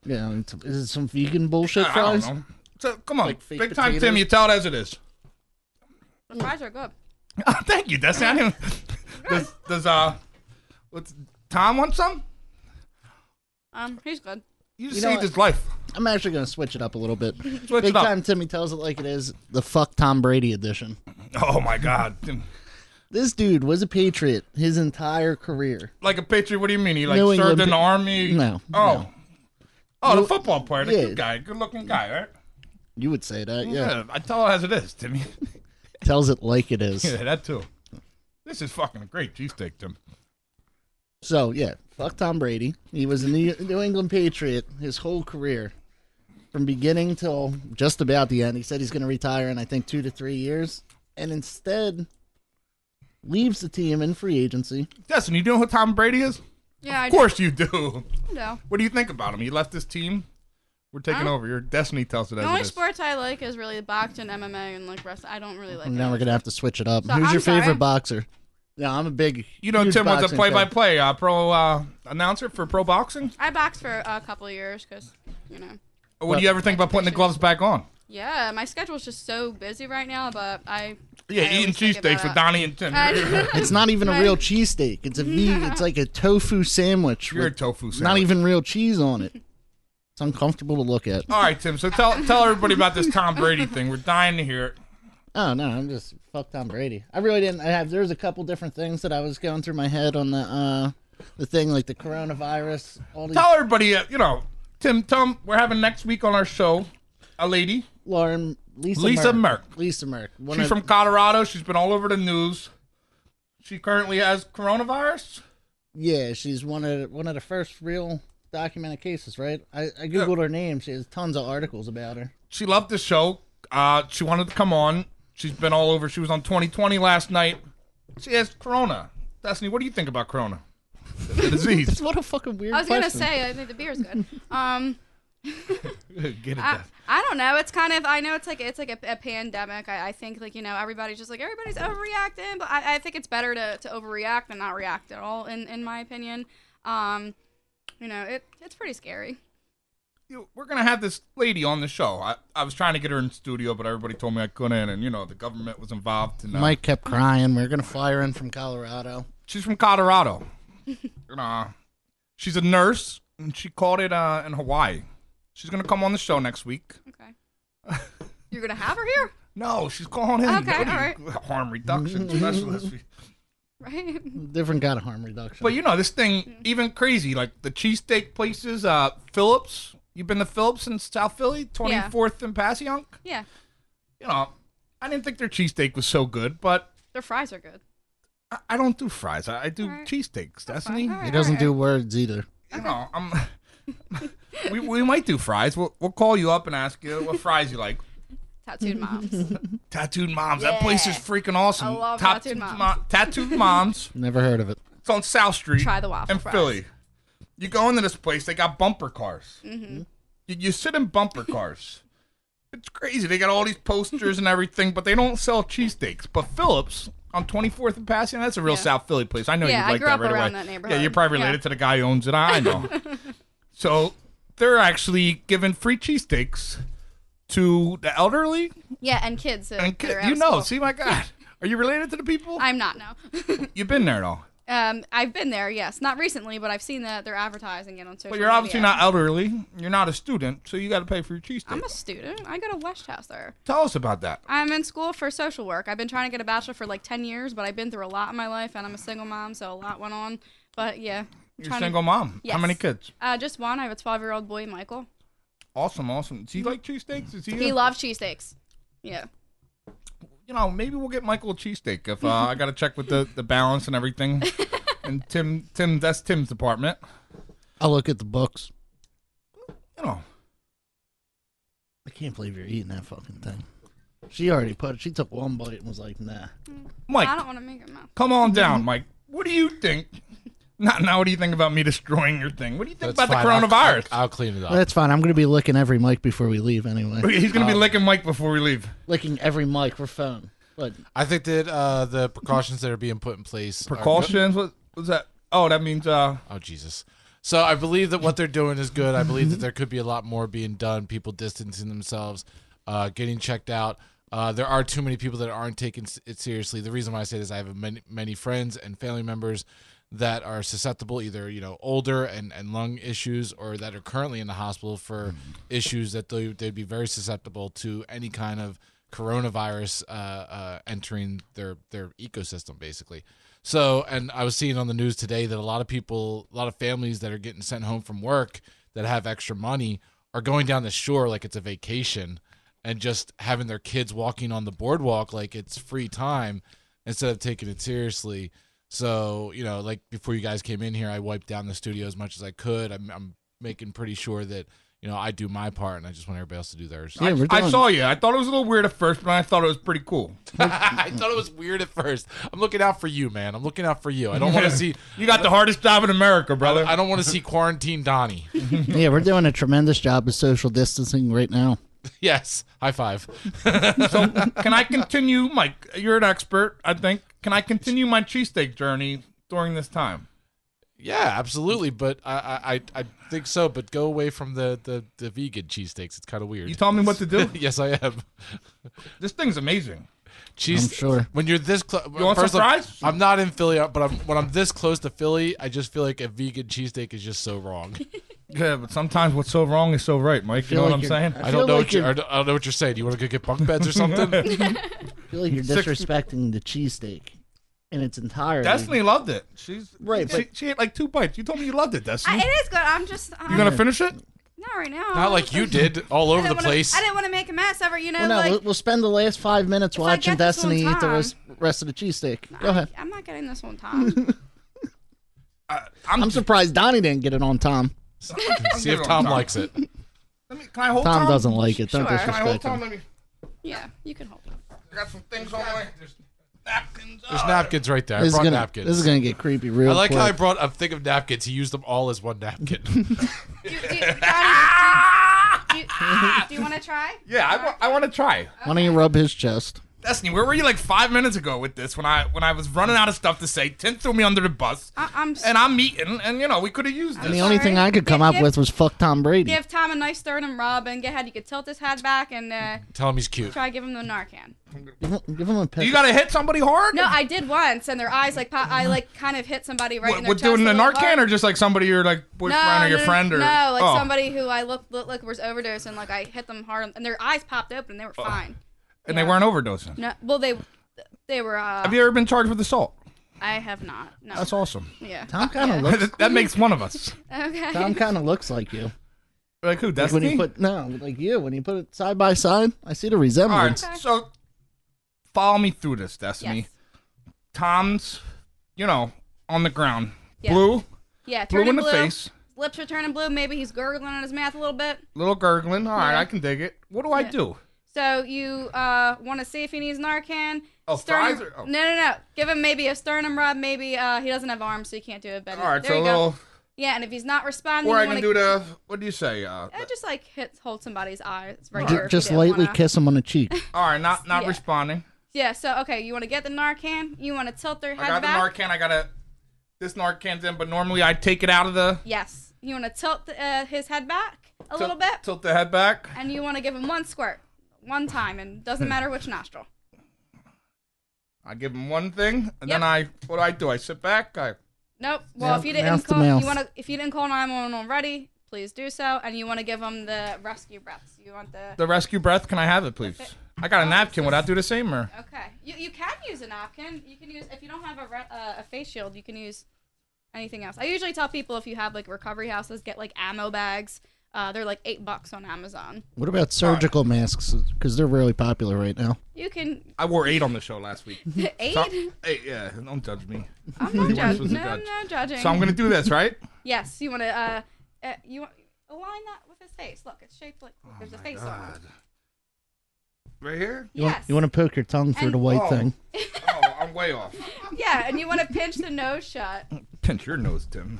Speaker 2: Yeah. It's, is it some vegan bullshit
Speaker 1: I don't
Speaker 2: fries?
Speaker 1: know. So come on,
Speaker 2: Like fake
Speaker 1: big time
Speaker 2: potatoes?
Speaker 1: Tim. You tell it as it is.
Speaker 3: The fries are good.
Speaker 1: Oh, thank you, Dustin. I didn't. Does, does uh, what's Tom want some?
Speaker 3: Um, he's good.
Speaker 1: You,
Speaker 2: You know
Speaker 1: saved
Speaker 2: what?
Speaker 1: his life.
Speaker 2: I'm actually gonna switch it up a little bit.
Speaker 1: Switch
Speaker 2: Big
Speaker 1: it up.
Speaker 2: time Timmy tells it like it is. The fuck Tom Brady edition.
Speaker 1: Oh my God, Tim.
Speaker 2: This dude was a patriot his entire career.
Speaker 1: like a patriot. What do you mean? He like
Speaker 2: New
Speaker 1: served
Speaker 2: England
Speaker 1: in the
Speaker 2: pa-
Speaker 1: army.
Speaker 2: No,
Speaker 1: Oh.
Speaker 2: no.
Speaker 1: Oh, the
Speaker 2: New-
Speaker 1: football player, the
Speaker 2: Yeah.
Speaker 1: good guy, good-looking guy, right?
Speaker 2: You would say that, yeah.
Speaker 1: I tell it as it is, Timmy.
Speaker 2: Tells it like it is.
Speaker 1: yeah, that too. This is fucking a great cheesesteak, Tim.
Speaker 2: So yeah, fuck Tom Brady. He was a New, New England Patriot his whole career, from beginning till just about the end. He said he's going to retire in I think two to three years, and instead leaves the team in free agency.
Speaker 1: Dustin, you know who Tom Brady is?
Speaker 3: Yeah, I
Speaker 1: Of course you do.
Speaker 3: do. No.
Speaker 1: What do you think about him? He left this team. We're taking
Speaker 3: Huh?
Speaker 1: over. Your destiny tells it
Speaker 3: The
Speaker 1: as
Speaker 3: only
Speaker 1: it is.
Speaker 3: sports I like is really boxing, MMA, and like wrestling. I don't really like.
Speaker 2: now we're going to have to switch it up.
Speaker 3: So
Speaker 2: Who's
Speaker 3: I'm
Speaker 2: your
Speaker 3: sorry.
Speaker 2: favorite boxer? Yeah, I'm a big
Speaker 1: You know,
Speaker 2: huge
Speaker 1: Tim was a
Speaker 2: boxing fan.
Speaker 1: play-by-play uh, pro uh, announcer for pro boxing.
Speaker 3: I boxed for a couple of years because you know.
Speaker 1: Or what do you ever think about putting the gloves back on?
Speaker 3: Yeah, my schedule's just so busy right now, but I.
Speaker 1: Yeah,
Speaker 3: I
Speaker 1: eating
Speaker 3: always think
Speaker 1: cheesesteaks
Speaker 3: about
Speaker 1: with Donnie and Tim.
Speaker 3: it. I-
Speaker 2: It's not even a
Speaker 3: Right.
Speaker 2: real cheesesteak. It's a vegan. It's like a tofu sandwich.
Speaker 1: You're a
Speaker 2: with
Speaker 1: tofu sandwich.
Speaker 2: Not even real cheese on it. It's uncomfortable to look at.
Speaker 1: All right, Tim. So tell tell everybody about this Tom Brady thing. We're dying to hear it.
Speaker 2: Oh no, I'm just fuck Tom Brady. I really didn't. I have there's a couple different things that I was going through my head on the uh the thing like the coronavirus. All these
Speaker 1: Tell everybody, uh, you know, Tim. Tom, we're having next week on our show a lady.
Speaker 2: Lauren Lisa
Speaker 1: Lisa
Speaker 2: Merck.
Speaker 1: Merck.
Speaker 2: Lisa Merck. One
Speaker 1: She's
Speaker 2: of-
Speaker 1: from Colorado. She's been all over the news. She currently has coronavirus.
Speaker 2: yeah. She's one of one of the first real documented cases, right? I, I googled her name. She has tons of articles about her.
Speaker 1: She loved the show. Uh, she wanted to come on. She's been all over. She was on 2020 last night. She has corona. Destiny, what do you think about corona? The disease.
Speaker 2: What a fucking weird.
Speaker 3: I was
Speaker 2: question.
Speaker 3: gonna say I think the beer's good. Um,
Speaker 1: Get it,
Speaker 3: I,
Speaker 1: Destiny.
Speaker 3: I don't know. It's kind of I know it's like it's like a, a pandemic. I, I think like you know everybody's just like everybody's overreacting, but I, I think it's better to, to overreact than not react at all. In in my opinion, um, you know it it's pretty scary.
Speaker 1: you- we're gonna have this lady on the show. I, I was trying to get her in studio, but everybody told me I couldn't, and you know the government was involved. And, uh,
Speaker 2: Mike kept crying. We are gonna fly her in from Colorado.
Speaker 1: she's from Colorado. and, uh, she's a nurse, and she caught it uh, in Hawaii. She's gonna come on the show next week.
Speaker 3: Okay. You're gonna have her here,
Speaker 1: No, she's calling in.
Speaker 3: Okay,
Speaker 1: What are
Speaker 3: all
Speaker 1: you- Harm reduction specialist.
Speaker 3: right?
Speaker 2: Different kind of harm reduction.
Speaker 1: But you know, this thing even crazy. Like the cheesesteak places, uh, Phillips. You've been to Phillips in South Philly, twenty fourth and Passyunk.
Speaker 3: Yeah,
Speaker 1: You know, I didn't think their cheesesteak was so good, but
Speaker 3: their fries are good.
Speaker 1: I, I don't do fries. I, I do
Speaker 3: All right.
Speaker 1: cheesesteaks.
Speaker 3: fine.
Speaker 1: Destiny.
Speaker 3: All
Speaker 2: he
Speaker 3: right,
Speaker 2: doesn't
Speaker 3: all
Speaker 2: do words either.
Speaker 1: You know, I'm. we, we might do fries. We'll, we'll call you up and ask you what fries you like.
Speaker 3: Tattooed moms.
Speaker 1: Tattooed Moms. That place is
Speaker 3: Yeah.
Speaker 1: freaking awesome.
Speaker 3: I love Tattooed
Speaker 1: Mo-
Speaker 3: Moms.
Speaker 1: Tattooed Moms.
Speaker 2: Never heard of it.
Speaker 1: It's on South Street.
Speaker 3: Try the waffle
Speaker 1: In
Speaker 3: fries.
Speaker 1: Philly. You go into this place, they got bumper cars. Mm-hmm. You, you sit in bumper cars. it's crazy. They got all these posters and everything, but they don't sell cheesesteaks. But Phillips on 24th and Pasadena, that's a real
Speaker 3: Yeah.
Speaker 1: South Philly place. I know
Speaker 3: Yeah,
Speaker 1: you
Speaker 3: I
Speaker 1: like
Speaker 3: grew
Speaker 1: that
Speaker 3: up
Speaker 1: right
Speaker 3: around
Speaker 1: away.
Speaker 3: that
Speaker 1: Yeah,
Speaker 3: neighborhood.
Speaker 1: you're probably
Speaker 3: Yeah.
Speaker 1: related to the guy who owns it. I know. so they're actually giving free cheesesteaks to the elderly
Speaker 3: yeah, and kids. that-
Speaker 1: and
Speaker 3: that are
Speaker 1: kid,
Speaker 3: out
Speaker 1: you
Speaker 3: of
Speaker 1: know,
Speaker 3: school.
Speaker 1: see my God. Are you related to the people?
Speaker 3: I'm not no.
Speaker 1: You've been there though.
Speaker 3: um, I've been there, yes, not recently, but I've seen that they're advertising it on social.
Speaker 1: But you're
Speaker 3: media.
Speaker 1: obviously not elderly. You're not a student, so you got to pay for your cheesesteak.
Speaker 3: I'm a student. I go to West Chester.
Speaker 1: Tell us about that.
Speaker 3: I'm in school for social work. I've been trying to get a bachelor for like 10 years, but I've been through a lot in my life, and I'm a single mom, so a lot went on. But yeah, I'm
Speaker 1: You're
Speaker 3: trying
Speaker 1: single
Speaker 3: To,
Speaker 1: mom. How
Speaker 3: Yes.
Speaker 1: many kids?
Speaker 3: uh, just one. I have a 12 year old boy, Michael.
Speaker 1: Awesome, awesome. Does he like cheesesteaks? Is he?
Speaker 3: He loves cheesesteaks. Yeah.
Speaker 1: you know, maybe we'll get Michael a cheesesteak if uh, I got to check with the, the balance and everything. and Tim, Tim, that's Tim's department.
Speaker 2: I'll look at the books.
Speaker 1: You know,
Speaker 2: I can't believe you're eating that fucking thing. She already put it. She took one bite and was like, nah.
Speaker 1: Mike,
Speaker 3: I don't want to make him mouth.
Speaker 1: come on down, Mike. What do you think? Not now. What do you think about me destroying your thing? What do you think
Speaker 4: That's
Speaker 1: about
Speaker 4: fine. I'll-
Speaker 1: the coronavirus?
Speaker 4: I'll, I'll clean it up.
Speaker 2: That's fine. I'm going to be licking every mic before we leave anyway.
Speaker 1: Okay, He's gonna
Speaker 4: um,
Speaker 1: be licking Mike before we leave.
Speaker 2: licking every microphone. But
Speaker 4: I think that uh, the precautions that are being put in place. are good.
Speaker 1: Precautions? What was that? Oh, that means uh,
Speaker 4: Oh Jesus. So I believe that what they're doing is good. I believe that there could be a lot more being done. People distancing themselves, uh, getting checked out. Uh, there are too many people that aren't taking s- it seriously. The reason why I say this, I have many, many friends and family members that are susceptible, either you know older and, and lung issues, or that are currently in the hospital for issues that they they'd be very susceptible to any kind of coronavirus uh, uh, entering their their ecosystem basically. So, and I was seeing on the news today that a lot of people, a lot of families that are getting sent home from work that have extra money are going down the shore like it's a vacation and just having their kids walking on the boardwalk like it's free time instead of taking it seriously. So, you know, like before you guys came in here, I wiped down the studio as much as I could. I'm, I'm making pretty sure that, you know, I do my part and I just want everybody else to do theirs.
Speaker 2: yeah, we're
Speaker 1: I
Speaker 2: doing-
Speaker 1: saw you. I thought it was a little weird at first, but I thought it was pretty cool.
Speaker 4: I thought it was weird at first. I'm looking out for you, man. I'm looking out for you. I don't want to see.
Speaker 1: You got the hardest job in America, brother.
Speaker 4: I don't want to see quarantine Donnie.
Speaker 2: yeah, we're doing a tremendous job of social distancing right now.
Speaker 4: Yes, high five.
Speaker 1: so, can I continue, Mike? You're an expert, I think. Can I continue my cheesesteak journey during this time?
Speaker 4: Yeah, absolutely. But I, I, I I think so. But go away from the the, the vegan cheesesteaks. It's kind of weird.
Speaker 1: You tell me what to do.
Speaker 4: yes, I am.
Speaker 1: this thing's amazing.
Speaker 4: Cheese.
Speaker 2: I'm sure.
Speaker 4: When you're this close,
Speaker 1: want some fries?
Speaker 4: I'm not in Philly, but I'm, when I'm this close to Philly, I just feel like a vegan cheesesteak is just so wrong.
Speaker 1: Yeah, but sometimes what's so wrong is so right, Mike. You know
Speaker 2: Feel
Speaker 1: what I'm
Speaker 2: like
Speaker 1: saying?
Speaker 2: you're-
Speaker 4: I, don't
Speaker 2: feel
Speaker 4: know.
Speaker 2: like
Speaker 4: what you're,
Speaker 2: you're-
Speaker 4: I don't I don't know what you're saying. You want to go get bunk beds or something?
Speaker 2: I feel like you're disrespecting the cheesesteak in its entirety.
Speaker 1: Destiny loved it. She's
Speaker 2: Right,
Speaker 1: She,
Speaker 2: but-
Speaker 1: she ate like two bites. You told me you loved it,
Speaker 3: I,
Speaker 1: Destiny.
Speaker 3: it is good. I'm just. I'm,
Speaker 1: you gonna finish it?
Speaker 3: Not right now.
Speaker 4: not like you did all
Speaker 3: I
Speaker 4: over the
Speaker 3: didn't wanna-
Speaker 4: place.
Speaker 3: I didn't want to make a mess ever, you know.
Speaker 2: Well, no,
Speaker 3: like,
Speaker 2: we'll, we'll spend the last five minutes
Speaker 3: I
Speaker 2: watching
Speaker 3: get this one
Speaker 2: Destiny eat the
Speaker 3: time-
Speaker 2: rest, rest of the cheesesteak. Go ahead.
Speaker 3: I, am not getting this one time.
Speaker 1: I'm,
Speaker 2: I'm surprised Donnie didn't get it on Tom.
Speaker 4: See if Tom likes it.
Speaker 1: Let me, can I hold Tom?
Speaker 2: Tom doesn't like it. Don't
Speaker 3: Sure.
Speaker 1: Can I hold
Speaker 2: disrespect
Speaker 1: Tom?
Speaker 2: him.
Speaker 1: Let me.
Speaker 3: yeah, you can hold it.
Speaker 1: I got some things on my. There's napkins.
Speaker 4: There's
Speaker 1: Ah.
Speaker 4: napkins right there. I
Speaker 2: This is
Speaker 4: brought
Speaker 2: gonna
Speaker 4: napkins.
Speaker 2: this is gonna get creepy real
Speaker 4: I like
Speaker 2: quick.
Speaker 4: how I brought a thing of napkins. He used them all as one napkin.
Speaker 3: Do, do, Johnny, do, do, do you want to try?
Speaker 1: Yeah, I, wa- I want to try.
Speaker 2: Why don't you rub his chest?
Speaker 1: Destiny, where were you like five minutes ago with this? When I when I was running out of stuff to say, Tim threw me under the bus,
Speaker 3: I- I'm s-
Speaker 1: and I'm eating, and you know we could have used
Speaker 2: And the
Speaker 1: this.
Speaker 2: only
Speaker 3: Sorry.
Speaker 2: thing I could come
Speaker 3: Yeah,
Speaker 2: up
Speaker 3: yeah.
Speaker 2: with was fuck Tom Brady.
Speaker 3: Give Tom a nice stern and rub, and go ahead. You could tilt his head back and uh,
Speaker 4: Tell him he's cute.
Speaker 3: try to give him the Narcan.
Speaker 2: Give him, give him a
Speaker 1: You
Speaker 2: pick.
Speaker 1: gotta hit somebody hard.
Speaker 3: No, I did once, and their eyes like pop, I like kind of hit somebody right in
Speaker 1: What, what
Speaker 3: their chest.
Speaker 1: doing
Speaker 3: a
Speaker 1: the
Speaker 3: little
Speaker 1: Narcan
Speaker 3: hard.
Speaker 1: or just like somebody your like boyfriend
Speaker 3: "Oh, no,
Speaker 1: or your
Speaker 3: no,
Speaker 1: friend or
Speaker 3: no, like
Speaker 1: oh.
Speaker 3: somebody who I looked looked like was overdosed, and like I hit them hard, and their eyes popped open, and they were
Speaker 1: Oh.
Speaker 3: fine.
Speaker 1: and
Speaker 3: yeah.
Speaker 1: they weren't overdosing.
Speaker 3: No, well they they were. Uh,
Speaker 1: Have you ever been charged with assault?
Speaker 3: I have not. No.
Speaker 1: That's awesome.
Speaker 3: Yeah.
Speaker 2: Tom kind of looks.
Speaker 1: that that makes one of us.
Speaker 3: Okay.
Speaker 2: Tom kind of looks like you.
Speaker 1: Like who?
Speaker 2: Like when
Speaker 1: Destiny.
Speaker 2: you put no, like you when you put it side by side, I see the
Speaker 1: All right,
Speaker 2: resemblance.
Speaker 1: so follow me through this, Destiny.
Speaker 3: yes.
Speaker 1: Tom's, you know, on the ground,
Speaker 3: Yeah.
Speaker 1: blue,
Speaker 3: Yeah.
Speaker 1: blue in
Speaker 3: turning
Speaker 1: the face,
Speaker 3: Lips are turning blue. Maybe he's gurgling in his mouth a little bit.
Speaker 1: little gurgling. All right,
Speaker 3: Yeah.
Speaker 1: I can dig it. What do I
Speaker 3: Yeah.
Speaker 1: do?
Speaker 3: So you uh, want to see if he needs Narcan?
Speaker 1: Oh,
Speaker 3: Sternum-
Speaker 1: thighs or- oh.
Speaker 3: No, no, no. Give him maybe a sternum rub. Maybe uh, he doesn't have arms, so you can't do it. But
Speaker 1: All right,
Speaker 3: there
Speaker 1: so a
Speaker 3: you
Speaker 1: little,
Speaker 3: go. Yeah, and if he's not responding,
Speaker 1: or I
Speaker 3: you
Speaker 1: can
Speaker 3: wanna,
Speaker 1: do the. What do you say? Uh,
Speaker 3: I just like hit, hold somebody's eyes right
Speaker 2: J-
Speaker 3: here. if you
Speaker 2: just
Speaker 3: don't
Speaker 2: lightly
Speaker 3: wanna.
Speaker 2: kiss him on the cheek.
Speaker 1: all right, not not
Speaker 3: Yeah.
Speaker 1: responding.
Speaker 3: Yeah. So okay, you want to get the Narcan? You want to tilt their head
Speaker 1: I got
Speaker 3: back?
Speaker 1: the Narcan. I got to This Narcan's in, but normally I take it out of the.
Speaker 3: Yes. You want to tilt uh, his head back a little bit,
Speaker 1: Tilt the head back.
Speaker 3: and you want to give him one squirt, one time, and doesn't
Speaker 1: Hmm.
Speaker 3: matter which nostril.
Speaker 1: I give him one thing, and
Speaker 3: Yep.
Speaker 1: then I. What do I do? I sit back. I.
Speaker 3: Nope. Well,
Speaker 2: Mouth-
Speaker 3: if you
Speaker 2: mouth
Speaker 3: didn't
Speaker 2: to
Speaker 3: call,
Speaker 2: mouth.
Speaker 3: you want to if you didn't call 911 already, please do so. And you want to give them the rescue breaths. You want the,
Speaker 1: The rescue breath. Can I have it, please?
Speaker 3: Okay.
Speaker 1: I got a
Speaker 3: Oh,
Speaker 1: napkin.
Speaker 3: so-
Speaker 1: Would I do the same or?
Speaker 3: okay. You you can use a napkin. You can use if you don't have a re, uh, a face shield, you can use anything else. I usually tell people if you have like recovery houses, get like ammo bags. Uh, they're like eight bucks on Amazon.
Speaker 2: What about surgical masks? Because they're really popular right now.
Speaker 3: You can
Speaker 1: I wore eight on the show last week.
Speaker 3: eight.
Speaker 1: So- hey, yeah, don't judge me.
Speaker 3: I'm not
Speaker 1: supposed
Speaker 3: judging.
Speaker 1: to
Speaker 3: No, I'm
Speaker 1: judge.
Speaker 3: not judging.
Speaker 1: So I'm gonna do this, right?
Speaker 3: yes, you want to. Uh, uh, you want align that with his face. Look, it's shaped like there's a
Speaker 1: Oh
Speaker 3: face on it.
Speaker 1: Right here?
Speaker 2: You,
Speaker 3: Yes.
Speaker 2: want, you want to poke your tongue through
Speaker 3: And-
Speaker 2: the white
Speaker 1: Oh.
Speaker 2: thing.
Speaker 1: Oh, I'm way off.
Speaker 3: Yeah, and you want to pinch the nose shut.
Speaker 1: Pinch your nose, Tim.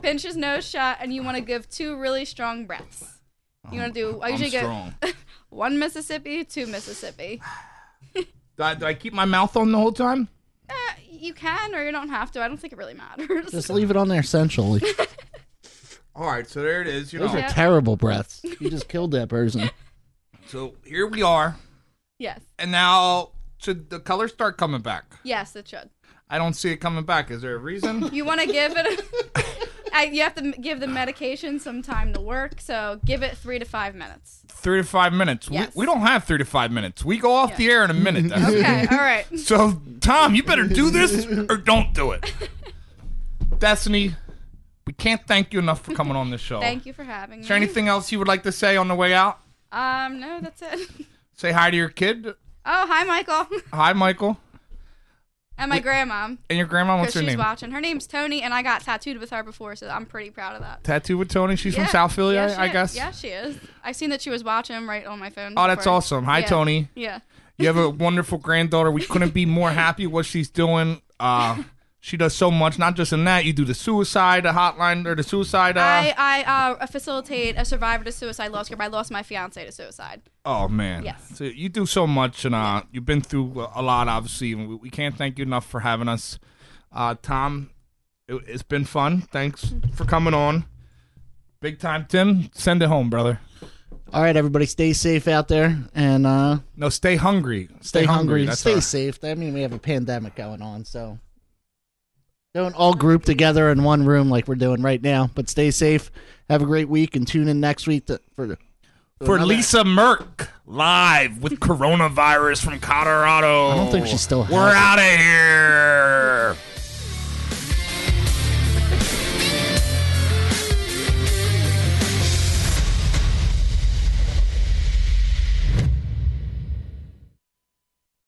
Speaker 3: Pinch his nose shut, and you want to give two really strong breaths. You want to do. I
Speaker 1: I'm
Speaker 3: usually
Speaker 1: strong.
Speaker 3: get one Mississippi, two Mississippi.
Speaker 1: Did I, did I keep my mouth on the whole time?
Speaker 3: Uh, you can or you don't have to. I don't think it really matters.
Speaker 2: Just leave it on there essentially.
Speaker 1: All right, so there it is. You know,
Speaker 2: Those are
Speaker 3: Yeah.
Speaker 2: terrible breaths. You just killed that person.
Speaker 1: so here we are,
Speaker 3: yes,
Speaker 1: and now should the colors start coming back?
Speaker 3: yes, it should.
Speaker 1: I don't see it coming back. Is there a reason?
Speaker 3: You want to give it. A, I, you have to m- give the medication some time to work, so give it three to five minutes.
Speaker 1: three to five minutes.
Speaker 3: Yes.
Speaker 1: We, we don't have three to five minutes. We go off the air in a minute. That's it.
Speaker 3: Okay, all right.
Speaker 1: So Tom, you better do this or don't do it. Destiny, we can't thank you enough for coming on the show.
Speaker 3: Thank you for having me.
Speaker 1: Is there anything else you would like to say on the way out?
Speaker 3: Um, no, that's it.
Speaker 1: Say hi to your kid.
Speaker 3: Oh, hi, Michael,
Speaker 1: Hi, Michael.
Speaker 3: and my grandma.
Speaker 1: And your grandma, what's
Speaker 3: Because
Speaker 1: her
Speaker 3: she's
Speaker 1: name?
Speaker 3: watching. Her name's Tony, and I got tattooed with her before, so I'm pretty proud of that.
Speaker 1: Tattoo with Tony. She's
Speaker 3: Yeah.
Speaker 1: from South Philly,
Speaker 3: Yeah,
Speaker 1: I-
Speaker 3: she
Speaker 1: I,
Speaker 3: is.
Speaker 1: guess.
Speaker 3: Yeah, she is. I seen that she was watching right on my phone.
Speaker 1: Oh, that's
Speaker 3: before.
Speaker 1: awesome. Hi,
Speaker 3: Yeah.
Speaker 1: Tony.
Speaker 3: Yeah.
Speaker 1: You have a wonderful granddaughter. We couldn't be more happy what she's doing. Uh, she does so much, not just in that. You do the suicide hotline or the suicide. Uh,
Speaker 3: I I uh, facilitate a survivor to suicide loss group. I lost my fiance to suicide.
Speaker 1: Oh man!
Speaker 3: Yes.
Speaker 1: So you do so much, and uh, you've been through a- a lot, obviously, and we, we can't thank you enough for having us, uh, Tom. It, it's been fun. Thanks for coming on. Big time, Tim. Send it home, brother.
Speaker 2: All right, everybody, stay safe out there and uh,
Speaker 1: No, stay hungry.
Speaker 2: stay, hungry.
Speaker 1: That's
Speaker 2: Stay
Speaker 1: our-
Speaker 2: safe. I mean, we have a pandemic going on, so don't all group together in one room like we're doing right now. But stay safe. Have a great week and tune in next week to, for
Speaker 1: for Lisa Merck live with coronavirus from Colorado. I
Speaker 2: don't think she still has
Speaker 1: We're
Speaker 2: it.
Speaker 1: out of here.